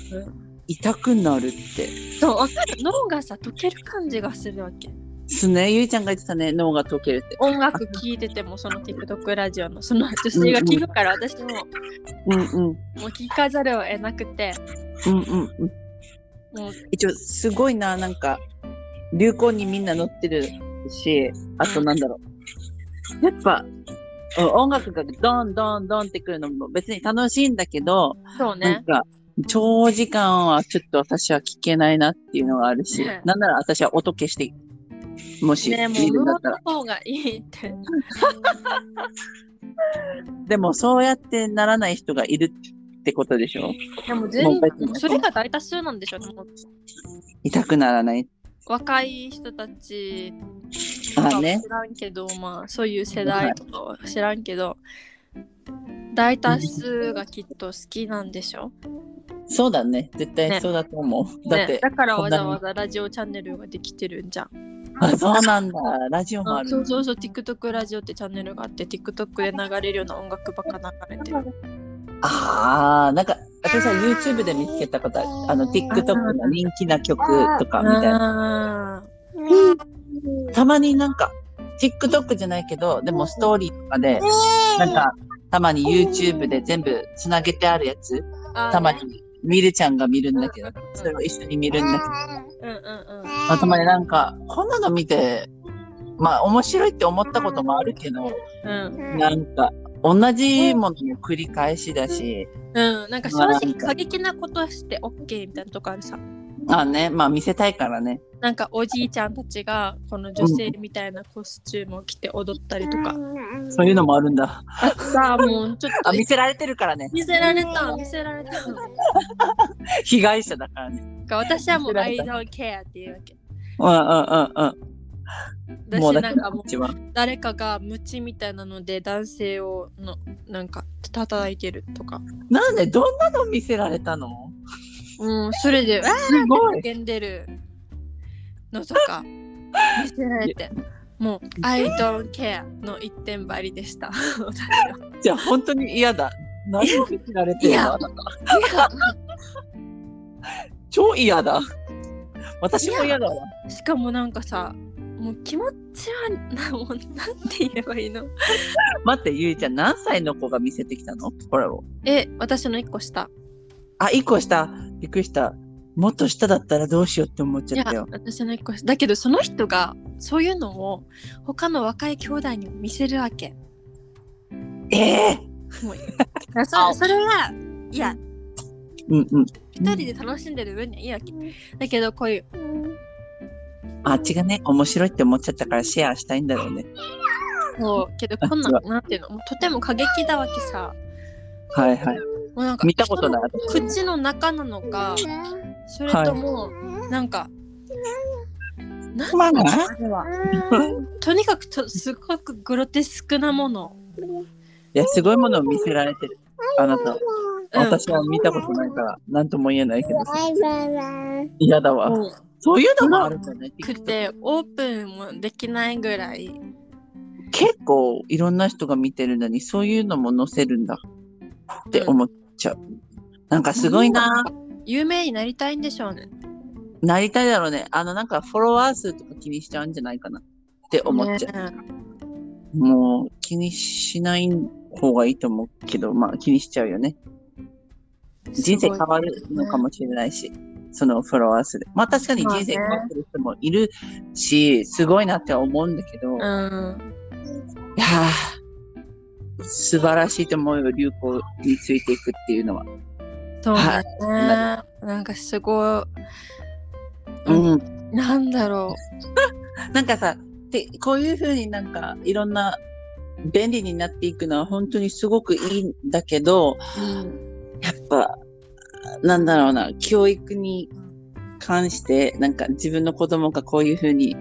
痛くなるって。
そうわかる脳がさ溶ける感じがするわけ。
すね、ゆいちゃんが言ってたね、脳が溶けるって。
音楽聴いててもその TikTok ラジオのその女性が聞くから私も
うんうん。
もう聞かざるを得なくて
うんうんうん。
もう
一応、すごいな、なんか、流行にみんな乗ってるし、あとなんだろう。やっぱ、うん音楽がドンドンドンってくるのも別に楽しいんだけど、
そう
な
ね
ん。か、長時間はちょっと私は聞けないなっていうのがあるし
ね、
なんなら私は音消して、もし
ねも
見
う
る
無
んだ
音
ったら
の。方がいいって。
でもそうやってならない人がいるってことでしょ
でも全
もう別に
もうそれが大多数なんでしょでも
痛くならない。
若い人たちと
あ
か
あ
は
ね。
知らんけど、まあそういう世代とかは知らんけど、大多数がきっと好きなんでしょ、
そうだね。絶対
ね
そうだと思う。だっ
ね
て、、
だから
こ
わ
んな
ざ
に
わざラジオチャンネルができてるんじゃん。
あ、そうなんだ。ラジオもあ
あ
る。
そうそうそう、TikTok ラジオってチャンネルがあって、TikTok で流れるような音楽ばっか流れてる。
ああ、なんか、私は YouTube で見つけたことある。あの、TikTok の人気な曲とかみたいな。
あ
たまになんか、TikTok じゃないけど、でもストーリーとかで、なんか、たまに YouTube で全部つなげてあるやつ、
ーあー
たま
ね
に見るちゃんが見るんだけど、それを一緒に見るんだけ
うん
ど、
うんうん。
まあ、たまになんか、こんなの見て、まあ面白いって思ったこともあるけど、
うん、
なんか、同じものの繰り返しだし、
うん、なんか正直過激なことして OK みたいなとこあるさ
あね、まあ見せたいからね。
なんかおじいちゃんたちがこの女性みたいなコスチュームを着て踊ったりとか
そういうのもあるんだ。
あさあもうちょっ
あ、
と
見せられてるからね。
見せられた見せられた
被害者だからね。
なんか私はもう
見せら
I
れ
don't care っていうわけ
うんうんうんうん。もう
私な
だか、
んからもう
一番。
誰かがムチみたいなので男性をのなんか叩いてるとか
なんで、どんなの見せられたの
うんそれで「えー!」
すご
っ
い。
て叫んでるのとか見せられてもう「I don't care」の一点張りでした
じゃあ、本当に嫌だ。何を見せられてる
いや
のあなた超嫌だ。私も嫌だわ。
しかもなんかさもう気持ちはなもうなんて言えばいいの
待って、ゆいちゃん、何歳の子が見せてきたのこれを。
え私の一個下
あ、一個下。びっくりした。もっと下だったらどうしようって思っ
い
ちゃ
や
ったよ。
私の一個下だけどその人がそういうのを他の若い兄弟に見せるわけ
ええ
もうそ
青
それがいや
うんうん。
一人で楽しんでる分にはいいわけだけどこういう
あっちがね、面白いって思っちゃったからシェアしたいんだろうね。
そうけどこんな
あ
なんていうのもうとても過激だわけさ
はいはい。
もうなんか
見たことない。
人の口の中なのかそれとも、なんかなん
まあね
あれはとにかくとすごくグロテスクなもの、
いや、すごいものを見せられてる。あなた。
うん、
私は見たことないから、なんとも言えないけど。嫌だわ。そういうのもあるんだね。
くてオープンもできないぐらい
結構いろんな人が見てるのに、そういうのも載せるんだ。って思っちゃう。なんかすごいな、
有名になりたいんでしょうね。
なりたいだろうね。あの、なんかフォロワー数とか気にしちゃうんじゃないかなって思っちゃう。
ね
もう気にしない方がいいと思うけど、まあ気にしちゃうよね。人生変わるのかもしれないし、そのフォロワー数で。まあ確かに人生変わってる人もいるし、すごいなって思うんだけど、い
うん。
やー素晴らしいと思うよ、流行についていくっていうのは。
そうだね。なんかすごう
うんん、
い。なんだろ
なんかさ、でこういうふうになんかいろんな便利になっていくのは本当にすごくいいんだけど、
う。うん。
やっぱ、なんだろうな、教育に関して、なんか自分の子供がこういうふうに、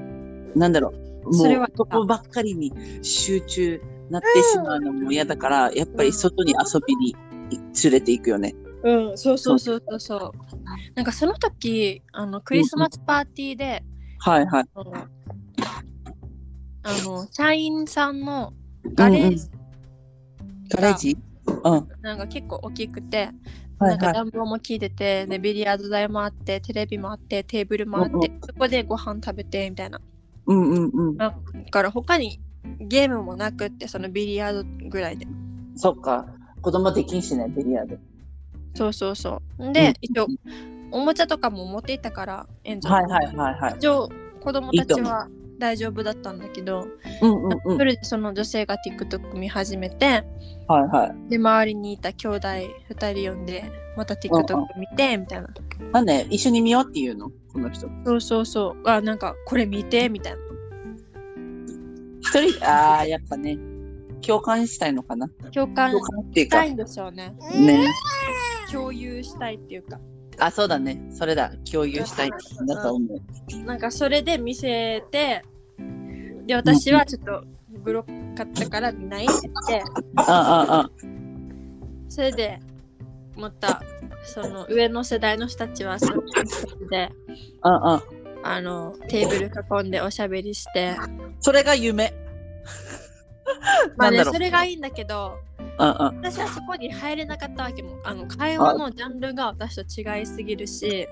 なんだろう、も
それは
うそこばっかりに集中なってしまうのも嫌だから、やっぱり外に遊びに連れていくよね。
うん、そうそうそうそうそう。なんかその時、あのクリスマスパーティーで、
はいはい。
あのあの社員さんのガレージ
ガレージうん。は
なんか結構大きくて、ないんか
はい。
暖房も効いてて、でビリヤード台もあってテレビもあってテーブルもあって、
うんう
そこでご飯食べてみたいな
うんうんうん。
だから他にゲームもなくってそのビリヤードぐらいで
そっか。子供できんしね、ビリヤード。
そうそうそうん
う
で
ん、
一応おもちゃとかも持っていったから園長、
はいはいはいはい。
一応子供たちは大丈夫だったんだけど
うんうんうん。
それでその女性が TikTok 見始めて
はいはい。
で周りにいた兄弟2人呼んでまた TikTok 見てみたいな
なんで、一緒に見ようって言うのこの人。
そうそうそうあなんかこれ見てみたいな
一 *laughs* 人、ああ、やっぱね、共感したいのかな。
共感
共感ってい
し
う
た
か、
いんでしょうね
ね。
共有したいっていうか
あ、そうだね。それだ。共有したいんだと思う。
なんかそれで見せてで私はちょっとグロかったから見ないって言って
ああ、あ
それでまたその上の世代の人たちはそういう感じで
あ、ああ。
あのテーブル囲んでおしゃべり
*laughs*
して
それが夢。
まあ
なんだ
ね
ろう
それがいいんだけど
あ
私はそこに入れなかったわけもあの会話のジャンルが私と違いすぎるし、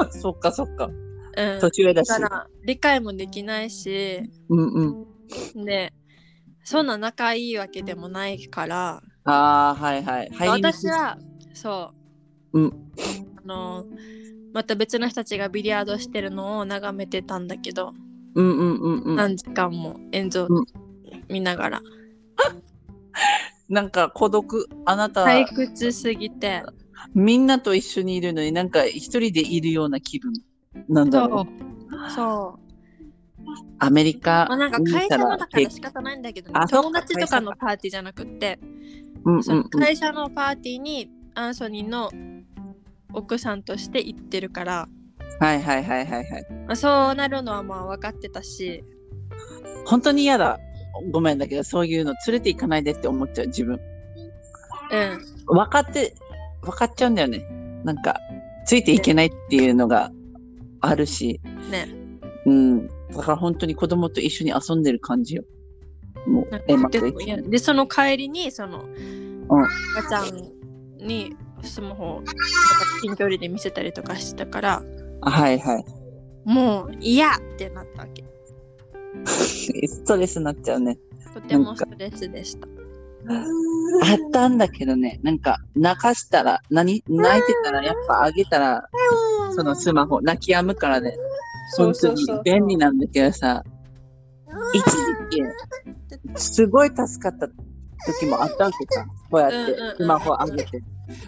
あ、そっかそっか。
うん、
途中だし
だ。から理解もできないし
うんうん。
でそんな仲いいわけでもないから
ああ、はいはい。入りにくい
私。はそう、
うん
あのまた別の人たちがビリヤードしてるのを眺めてたんだけど、
うんうんうんうん。
何時間も演奏
うん
見ながら、
なんか孤独。あなた、
退屈すぎて
みんなと一緒にいるのになんか一人でいるような気分。なんだ
そ
ろ
う
う。
そう
アメリカ。
まあなんか会社のだか
見
ら
た
仕方ないんだけど、ね
あ、そっか
友達とかのパーティーじゃなくって、
うん
そ
うん
の
うん。
会社のパーティーにアンソニーの奥さんとして行ってるから、
はいはいはいはいはい。
まあ、そうなるのはまあ分かってたし
本当に嫌だ。ごめんだけど、そういうの連れて行かないでって思っちゃう、自分。
うん
分かって、分かっちゃうんだよね。なんか、ついていけないっていうのがあるし。
ね。
うん。だから本当に子供と一緒に遊んでる感じよ。もう、え、待って。
ででその帰りにその、
うん
赤ちゃんにスマホを近距離で見せたりとかしてたから
あはいはい。
もう嫌ってなったわけ
ストレスになっちゃうね。
とてもストレスでした
あったんだけどね、なんか、泣かしたら、何、泣いてたら、やっぱあげたら、そのスマホ、泣き止むからね。本当に便利なんだけどさ、一時期、すごい助かった時もあったわけさ、こうやって
うんうんうん
スマホあげて。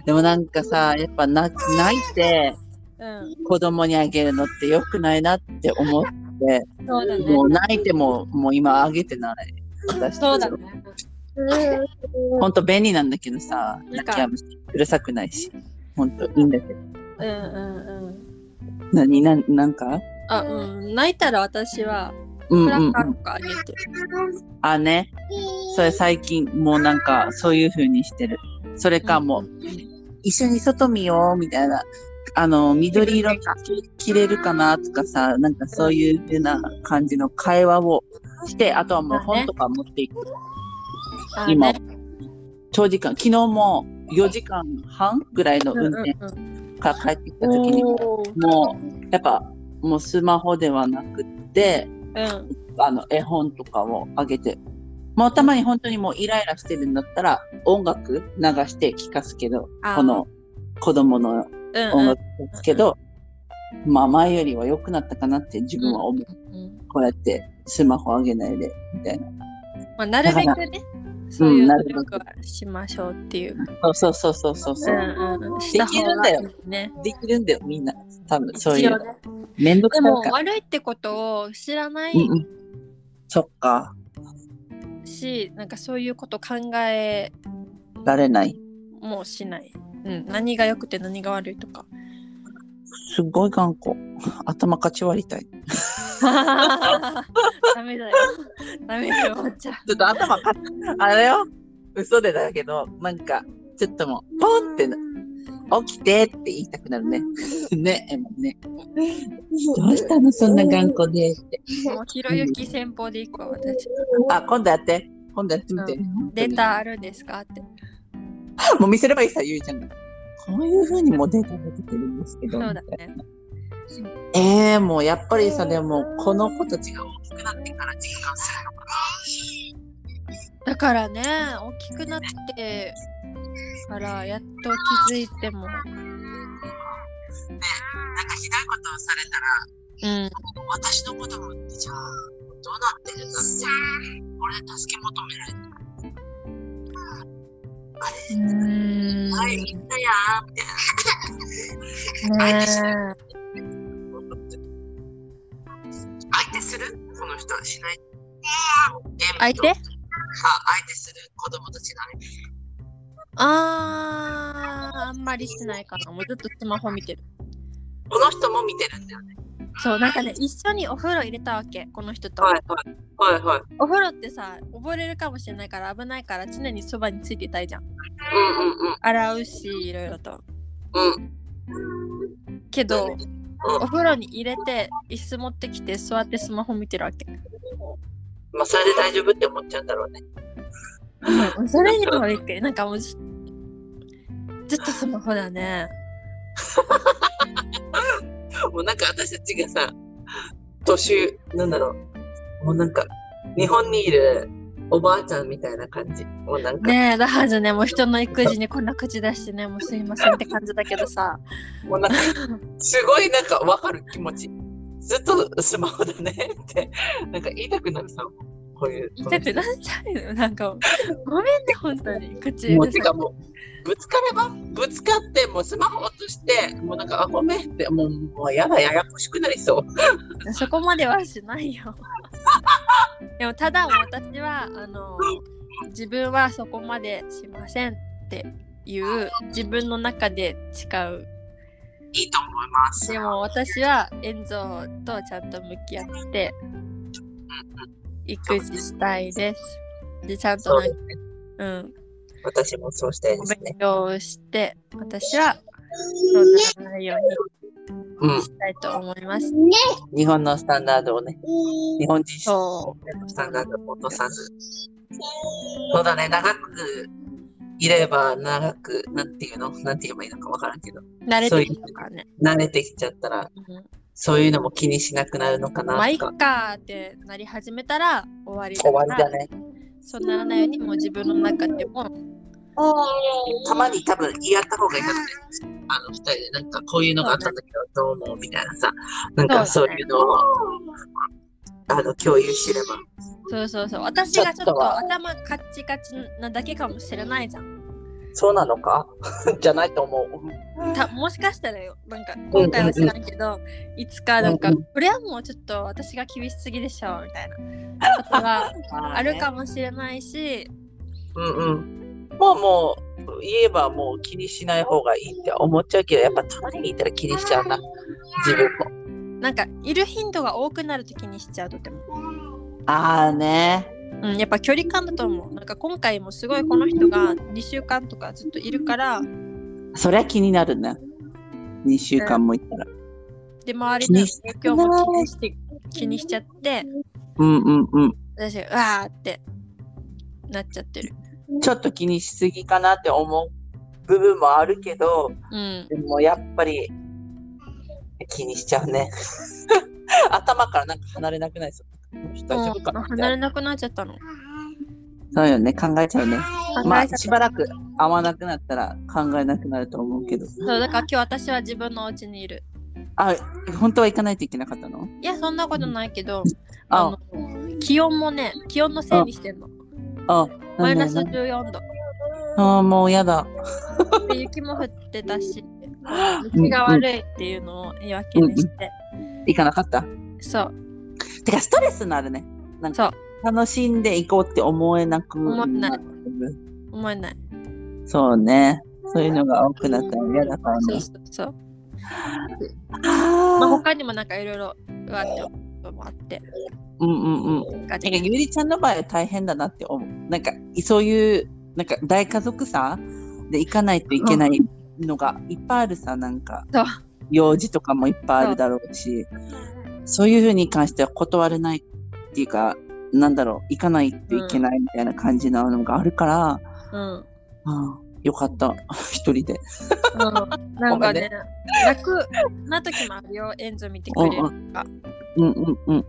でもなんかさ、やっぱ泣泣いて
うん
子供にあげるのって良くないなって思って、
そうだね
もう泣いても、もう今あげてない。私
そうだね
ほんと便利なんだけどさ、
なん
泣
か
きやむし、うるさくないし、ほんといいんだけど。
うんうんうん
何、なんなんか
あうん泣いたら私はク
うんう
ラ
んう
ッ
ん
カ。ーとかあげて
あね、それ最近もうなんかそういう風にしてる。それかもう、一緒に外見ようみたいな、あの、緑色き着れるかなとかさ、なんかそういう風な感じの会話をして、あとはもう
そうね
本とか持っていく。
あ
今
ね、
長時間、昨日も4時間半ぐらいの運転
うん
から帰ってきた時に、
おー
もう、やっぱ、もうスマホではなくって、
うん
あの、絵本とかをあげて、もうたまに本当にもうイライラしてるんだったら、音楽流して聴かすけど、
あー
この子供
う
の
ん
音楽ですけど、まあ前よりは良くなったかなって自分は思う。
うん
こうやってスマホあげないで、みたいな。
まあ、なるべくねそういう
な
努
るべく
力はしましょうっていう。
そうそうそうそうそう。
うんうん
できるんだよ。
した方がいいね。
できるんだよ、みんな。多分そうい
一応
う。
ね
めんどく
で
さい
も
から。
悪いってことを知らない
うんうん。そっか。
し、なんかそういうこと考え
られない。
もしない。うん、何が良くて何が悪いとか。
すごい頑固。頭かち割りたい。
*laughs* ダメだよ。ダメだよ、おっちゃん。
ちょっと頭か、あれよ。嘘でだけど、なんか、ちょっともう、ポンってな、起きてって言いたくなるね。ね、えもね。どうしたの、そんな頑固でって。
もうひろゆき先方で行くわ、私。
あ、今度やって。今度やってみて。
うデータあるんですかって。
もう見せればいいさ、ゆいちゃんが。こういうふうにもうデータが出てるんですけ
そ
ど。
うだね。
えー、もうやっぱりさ、でも、この子たちが大きくなってから実感す
だからね、大きくなってからやっと気づいても。
る。なんかひどいことをされたら、
うん。
私の子供ってじゃあ、どうなってるんだって。俺助け求められて
うん。
ない
ね
みんなやーみたい
え。
なことって。相手するこの人はしない。
相手
あ相手する子供たちがね。
あー、あんまりしてないかな。もうずっとスマホ見てる。
この人も見てるんだよね。
そう、なんかね、一緒にお風呂入れたわけ、この人と。
はいはい。はいはい。
お風呂ってさ、溺れるかもしれないから危ないから常にそばについていたいじゃん。
うんうんうん。
洗うし、いろいろと。
う
けど、
うん
お風呂に入れて、椅子持ってきて座ってスマホ見てるわけ。
まあ、それで大丈夫って思っちゃうんだろうね。
もうそれにもびっくり。なんかもうず、ずっとスマホだね。
もうなんか私たちがさ、年、なんだろう。もうなんか、日本にいるおばあちゃんみたいな感じ。もうなんか、
ねえ、だはずね、もう人の育児にこんな口出してね、もうすいませんって感じだけどさ。
もうなんか、すごいなんかわかる気持ち。ずっとスマホだねって、なんか言いたくなるさ、こういう。
痛くなっちゃうよ。なんか、ごめんね、本当に。口
も
う
うてかもう、ぶつかれば、ぶつかって、もうスマホ落として、もうなんか、あ、ごめんって、もう、もうやだ、ややこしくなりそう。
そこまではしない
*laughs*
よ。でもただ私はあの自分はそこまでしませんっていう自分の中で誓う。
いいと思います。
でも私は遠藤とちゃんと向き合って育児したいです。でちゃんと
そう
な
で
ん
すね。
うん、
私もそうしたいで
お
す
勉
ね。
強をして私はそうならないよう
う
に
ん。
したいと思います。
日本のスタンダードをね、日本人
そ
のスタンダードを落とさず。そうだね、長くいれば長く、なんていうのなんて言えばいいのかわからんけど、
う慣れてきたからね。
慣れてきちゃったら、
うん
そういうのも気にしなくなるのか
まあ
ない
っ
とか。
かってなり始めたら終わりだ
終
か
わ
ら
りだね。
そうならないようにもう自分の中でも
たまに多分言い合った方がいいかもね。あの二人でなんかこういうのがあった時はどう思うみたいなさ、なんかそ
そう
う
だね
いうのを、あの共有してれば。
そうそうそう私がちょっ
ちょっと
と
は
頭カッチカチなだけかもしれないじゃん
そうなのか *laughs* じゃないと思う。
たもしかしたらよなんか今回は知らんけどいつかなんか
うんう
これはもうちょっと私が厳しすぎでしょみたいなこと
*laughs*
がある。かもしれないし
うんうん。まあもう言えばもう気にしない方がいいって思っちゃうけど、やっぱたまに言ったら気にしちゃうな。自分も。
なんかいる頻度が多くなるときにしちゃうとても、
ああね。
うん、やっぱ距離感だと思うなんか今回もすごいこの人が2週間とかずっといるから
そりゃ気になるね。2週間も行ったら。
で周り
気
の
にし
影響も気にして気にしちゃって
うんうんうん。
私うわーってなっちゃってる
ちょっと気にしすぎかなって思部分もあるけど、
うん
でもやっぱり気にしちゃうね。 *laughs* 頭からなんか離れなくないですかこの人大丈夫か
もう
なみ
離れ
たいな
なくなっちゃったの
そうよね、考えちゃうね。
考え
ま
ちゃ
あ、
った
しばらく会わなくなったら考えなくなると思うけど。
そうだから今日私は自分のお家にいる
あ、本当は行かないといけなかったの
いやそんなことないけど
あ
あの気温もね気温のせいにしてんのマイナス
なんだ
14度
あーもうやだ。
で雪も降ってたし雪が悪いっていうのを言い訳にして、
行かなかった。
そう
てか、ストレスになるね。なん
そ
か
う
楽しんで行こうって思えなく
思えない
る
思えない
そうね。そういうのが多くなったら嫌だから
そう
ね。
そうそう、まあ、
ああ。
他にもなんかいろいろうわってこともあって
うんうんうん。
ガ
な
チ
んかゆりちゃんの場合は大変だなって思う。なんかそういうなんか大家族さで行かないといけないのがいっぱいあるさなんか
そう
用事とかもいっぱいあるだろうしそういうふうに関しては断れないっていうかなんだろう行かないといけないみたいな感じなのがあるから、
うん、うん、
ああよかった *laughs* 一人で。
なんかね楽な時もあるよエンゾ見てくれるとか
うんうんうん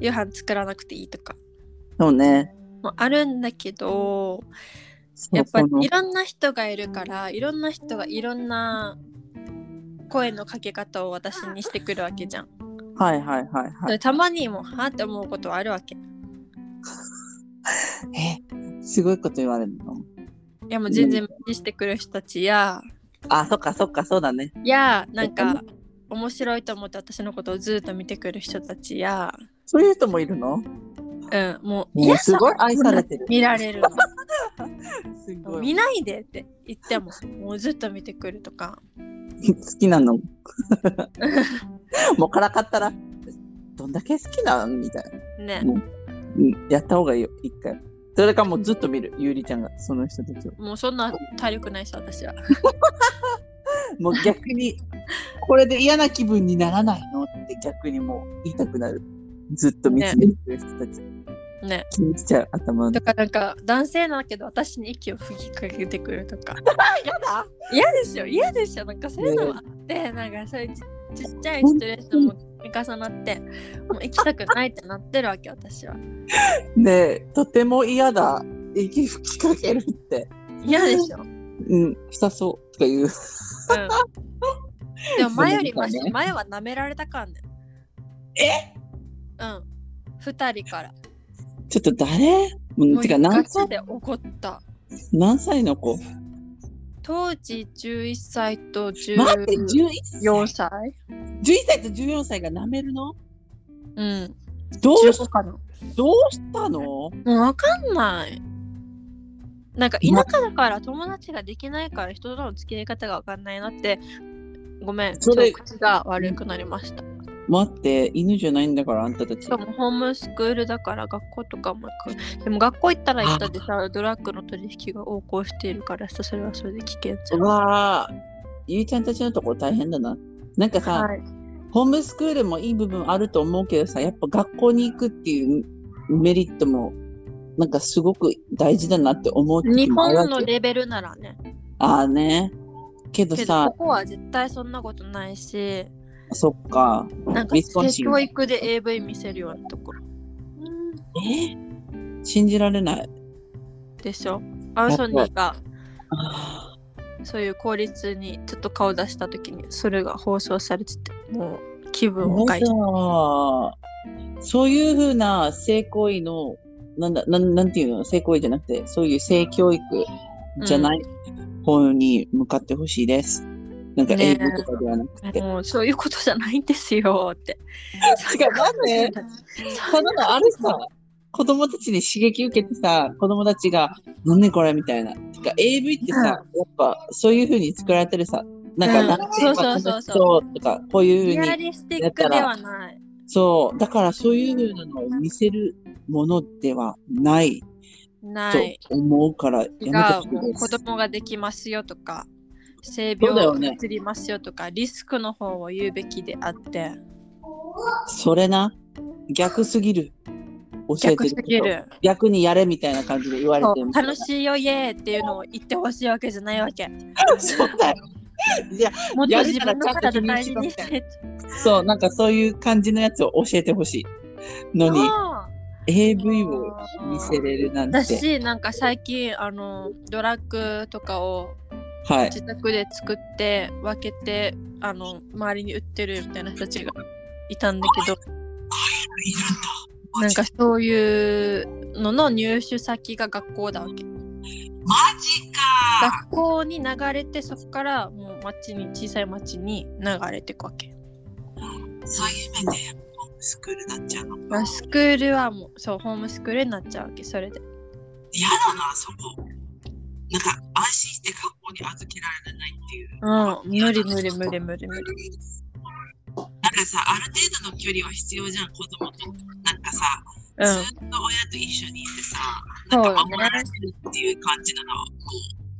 夕飯作らなくていいとか
そうね。
もあるんだけど
そう
やっぱり
この
いろんな人がいるからいろんな人がいろんな声のかけ方を私にしてくるわけじゃん。
はいはいはいは
でたまにもはあって思うことはあるわけ。い
い。えすごいこと言われるの。
やもう全然無視してくる人たちや、
あそっかそっかそうだね。
いやなんか面白いと思って私のことをずっと見てくる人たちや、
そういう人もいるの
うん、もう
もう
嫌
す
さ
ごい愛されてる。
見ら
*laughs*
れるの。
す
も
ご
う
い
見ないでって言ってももうずっと見てくるとか。
好きなの。 *laughs* もうからかったら、どんだけ好きなんみたいな。
ね
うんやった方がいいよ、一回。それかもうずっと見る、ゆりちゃんが、その人たちを。
もうそんな体力ないさ私は。
もう逆 *laughs* に、これで嫌な気分にならないのって逆にもう言いたくなる。ずっと見つめてる人たち、
ね
気にしちゃう、頭の
と。かなんか男性なんだけど私に息を吹きかけてくるとか
嫌だ
嫌ですよ嫌ですよなんかそういうのもあって、なんかそういうちちっちゃいストレスとも積み重なってもう行きたくないってなってるわけ私は
ねえ、とても嫌だ。息吹きかけるって。
嫌でしょ、うん、
うん、したそう。とか言う。
でも前よりマシ
そうだね
前は舐められたかんね
え
うん2人から
ちょっと誰うん、てか
ガ
何歳
チで怒った
何歳の子
当時11歳と
待って、
14
11
歳
歳 ?11 歳と14歳が舐めるの
うん
どうし
15かな
どうしたの
もうわかんない。なんか田舎だから友達ができないから人との付き合い方がわかんないなってごめん、
そ
ち
れ
ょっと口が悪くなりました。
待って、犬じゃないんだから、あんたたち
しか。もホームスクールだから学校とかも行く。でも学校行ったら行ったでさ、ドラッグの取引が横行しているからさ、それはそれで危険じゃ。
うんわー、ゆいちゃんたちのとこ大変だな。なんかさ、
はい、
ホームスクールもいい部分あると思うけどさ、やっぱ学校に行くっていうメリットも、なんかすごく大事だなって思う時
日
もあるわ
本
け
のレベルならね。
ああね。けど
けど
さ
こ、こは絶対そんなことないし、
そっか。
なんか
ミスコンシン
教育で AV 見せるようなところ。
え信じられない。
でしょアンソニーが
あ
そういう公立にちょっと顔出した時にそれが放送されててもう気分を変え
や
た
だそういうふうな性行為の、なんだ、なんなんていうの、性行為じゃなくて、そういう性教育じゃない方に向かってほしいです。なんか
ねえ
英語とかではなくて。
もうそういうことじゃないんですよ
*laughs*
って
しかもなんで
そ
た
う
だのあれさ、子供たちに刺激受けてさ、子供たちが、なんでこれみたいな。てか AV ってさ、
うん
やっぱそういうふうに作られてるさ、なんか、
うん
男性は楽し
そうそう
そ
そう
とか、こうい
リ
うふうに
アリスティックではない
そう、だからそういうのを見せるものではない
な
と
い
思うから、やめて
が
ほし
も
いうで
子
す。
供ができますよとか性
そうだ
病
よ
を
ね
移りますよとかリスクの方を言うべきであって
それな、逆すぎる。教えて
逆すぎる
逆にやれみたいな感じで言われて
そう楽しいよイエーイっていうのを言ってほしいわけじゃないわけ
そうだよ
もっと
や
自
るな
分
ら
の体
ちゃんと
大
気
事
に
に
し
し
ろ
て
そうなんかそういう感じのやつを教えてほしいのに AV を見せれるなんて
だしなんか最近あのドラッグとかを
はい
自宅で作って分けてあの周りに売ってるみたいな人たちがいたんだけど
いるんだ
なんかそういうのの入手先が学校だわけ
マジか
学校に流れてそこからもう町に小さい町に流れてくわけ
そういう面でホームスクールになっちゃうの
まあスクールはもうそうホームスクールになっちゃうわけそれで
嫌だなそこなんか安心して学校に預けられないっていう
うん無理無理無理無理無理
なんかさある程度の距離は必要じゃん子供となんかさ、
うん
ずっと親と一緒にいてさ
そう
なん
よ
か
ね
守られてるっていう感じなのはも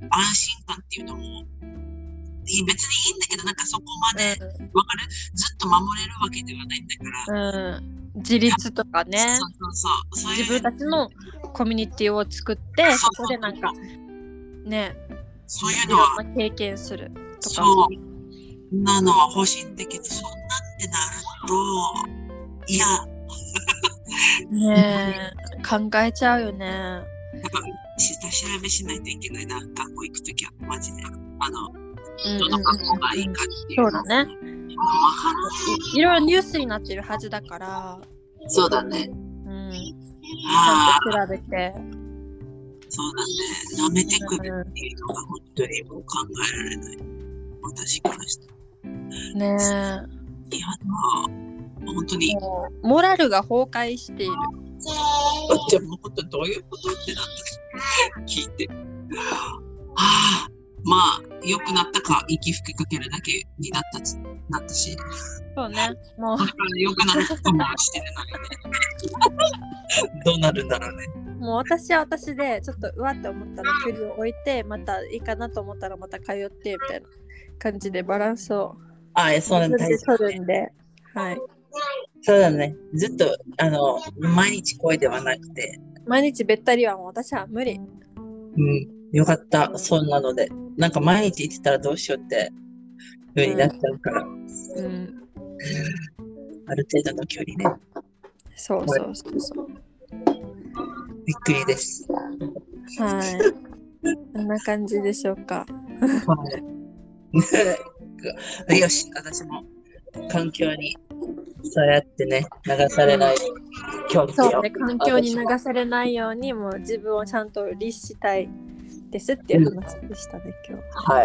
う安心感っていうのもいい別にいいんだけどなんかそこまでわかるずっと守れるわけではないんだから、
うん、うん、自立とかね
そうそうそうそういう
自分たちのコミュニティを作ってそこでなんかね
そうい
いう
のは
ろんな経験するとか
そうなのは欲しいんだけどそんなんってなるといや
ねえ考えちゃうよね
なんか下調べしないといけないな学校行くときはマジであの
うん
どの学校がいいかっていう
そう
の
だね
わからない
いいろいろニュースになってるはずだから
そうだね
うんち
あ
ゃ
あ
んと調べて
そうだね舐めてくるっていうのが本当にもう考えられない私からして
ね
いやもう本当
え
に
もうモラルが崩壊している
じゃもう本当どういうことってなって聞いてああまあ良くなったか息吹きかけるだけになったつなったし
そうねもう
良くなることもしてないねどうなるんだろうね
もう私は私でちょっとうわって思ったら距離を置いてまたいいかなと思ったらまた通ってみたいな感じでバランスを
ああそうだね
自分で
大事だね
取るんではい
そうだねずっとあの毎日声ではなくて
毎日べったりはもう私は無理
うん、よかった、そんなので。なんか毎日言ってたらどうしようって、ふうになっちゃうから、
うん
ある程度の距離ね。
そうそうそうそう
びっくりです。
はい。こんな感じでしょうか。
はい。 *laughs* よし、私も環境に、そうやってね、流されない今日って
そ
よ
うね、環境に流されないようにもう自分をちゃんと律したいですっていう話でしたね、今
はい。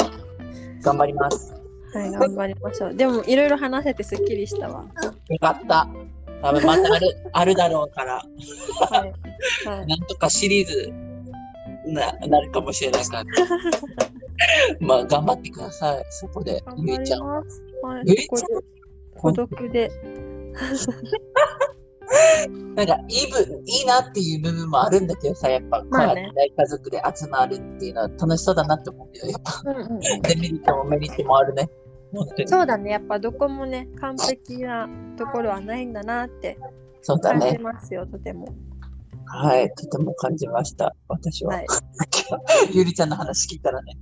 頑張ります。
日。はい、頑張りましょう。でもいろいろ話せてすっきりしたわ。
よかった。多分またあるあるだろうから、
はい。はい、
なんとかシリーズななるかもしれな
*laughs*
いから。まあ、頑張ってください、そこで、
頑
ゆ
張
いちゃ
り
ん。
ます。はい、
ゆいち
ここ
ゃん
で孤独で。
なんかいいぶいいなっていう部分もあるんだけどさ、やっぱ、
まあね
こうやって大家族で集まるっていうのは楽しそうだなって思うけど、やっぱ
うんうん
デメリットもメリットもあるね。本当に
そうだね、やっぱどこもね、完璧なところはないんだなって
そうだ
感じ
ね。
ますよ、とても。
はい、とても感じました、私は。 *laughs*
はい
ゆりちゃんの話聞いたらね。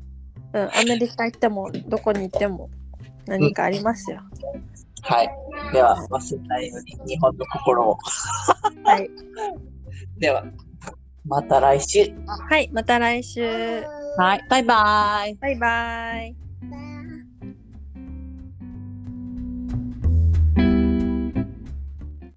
うん、アメリカ行っても、どこに行っても何かありますよ。
はい。では、忘れないように日本の心を。
はい。
*laughs* では、また来週。
はい、また来週。
はい、バイバイ。
バイバイ。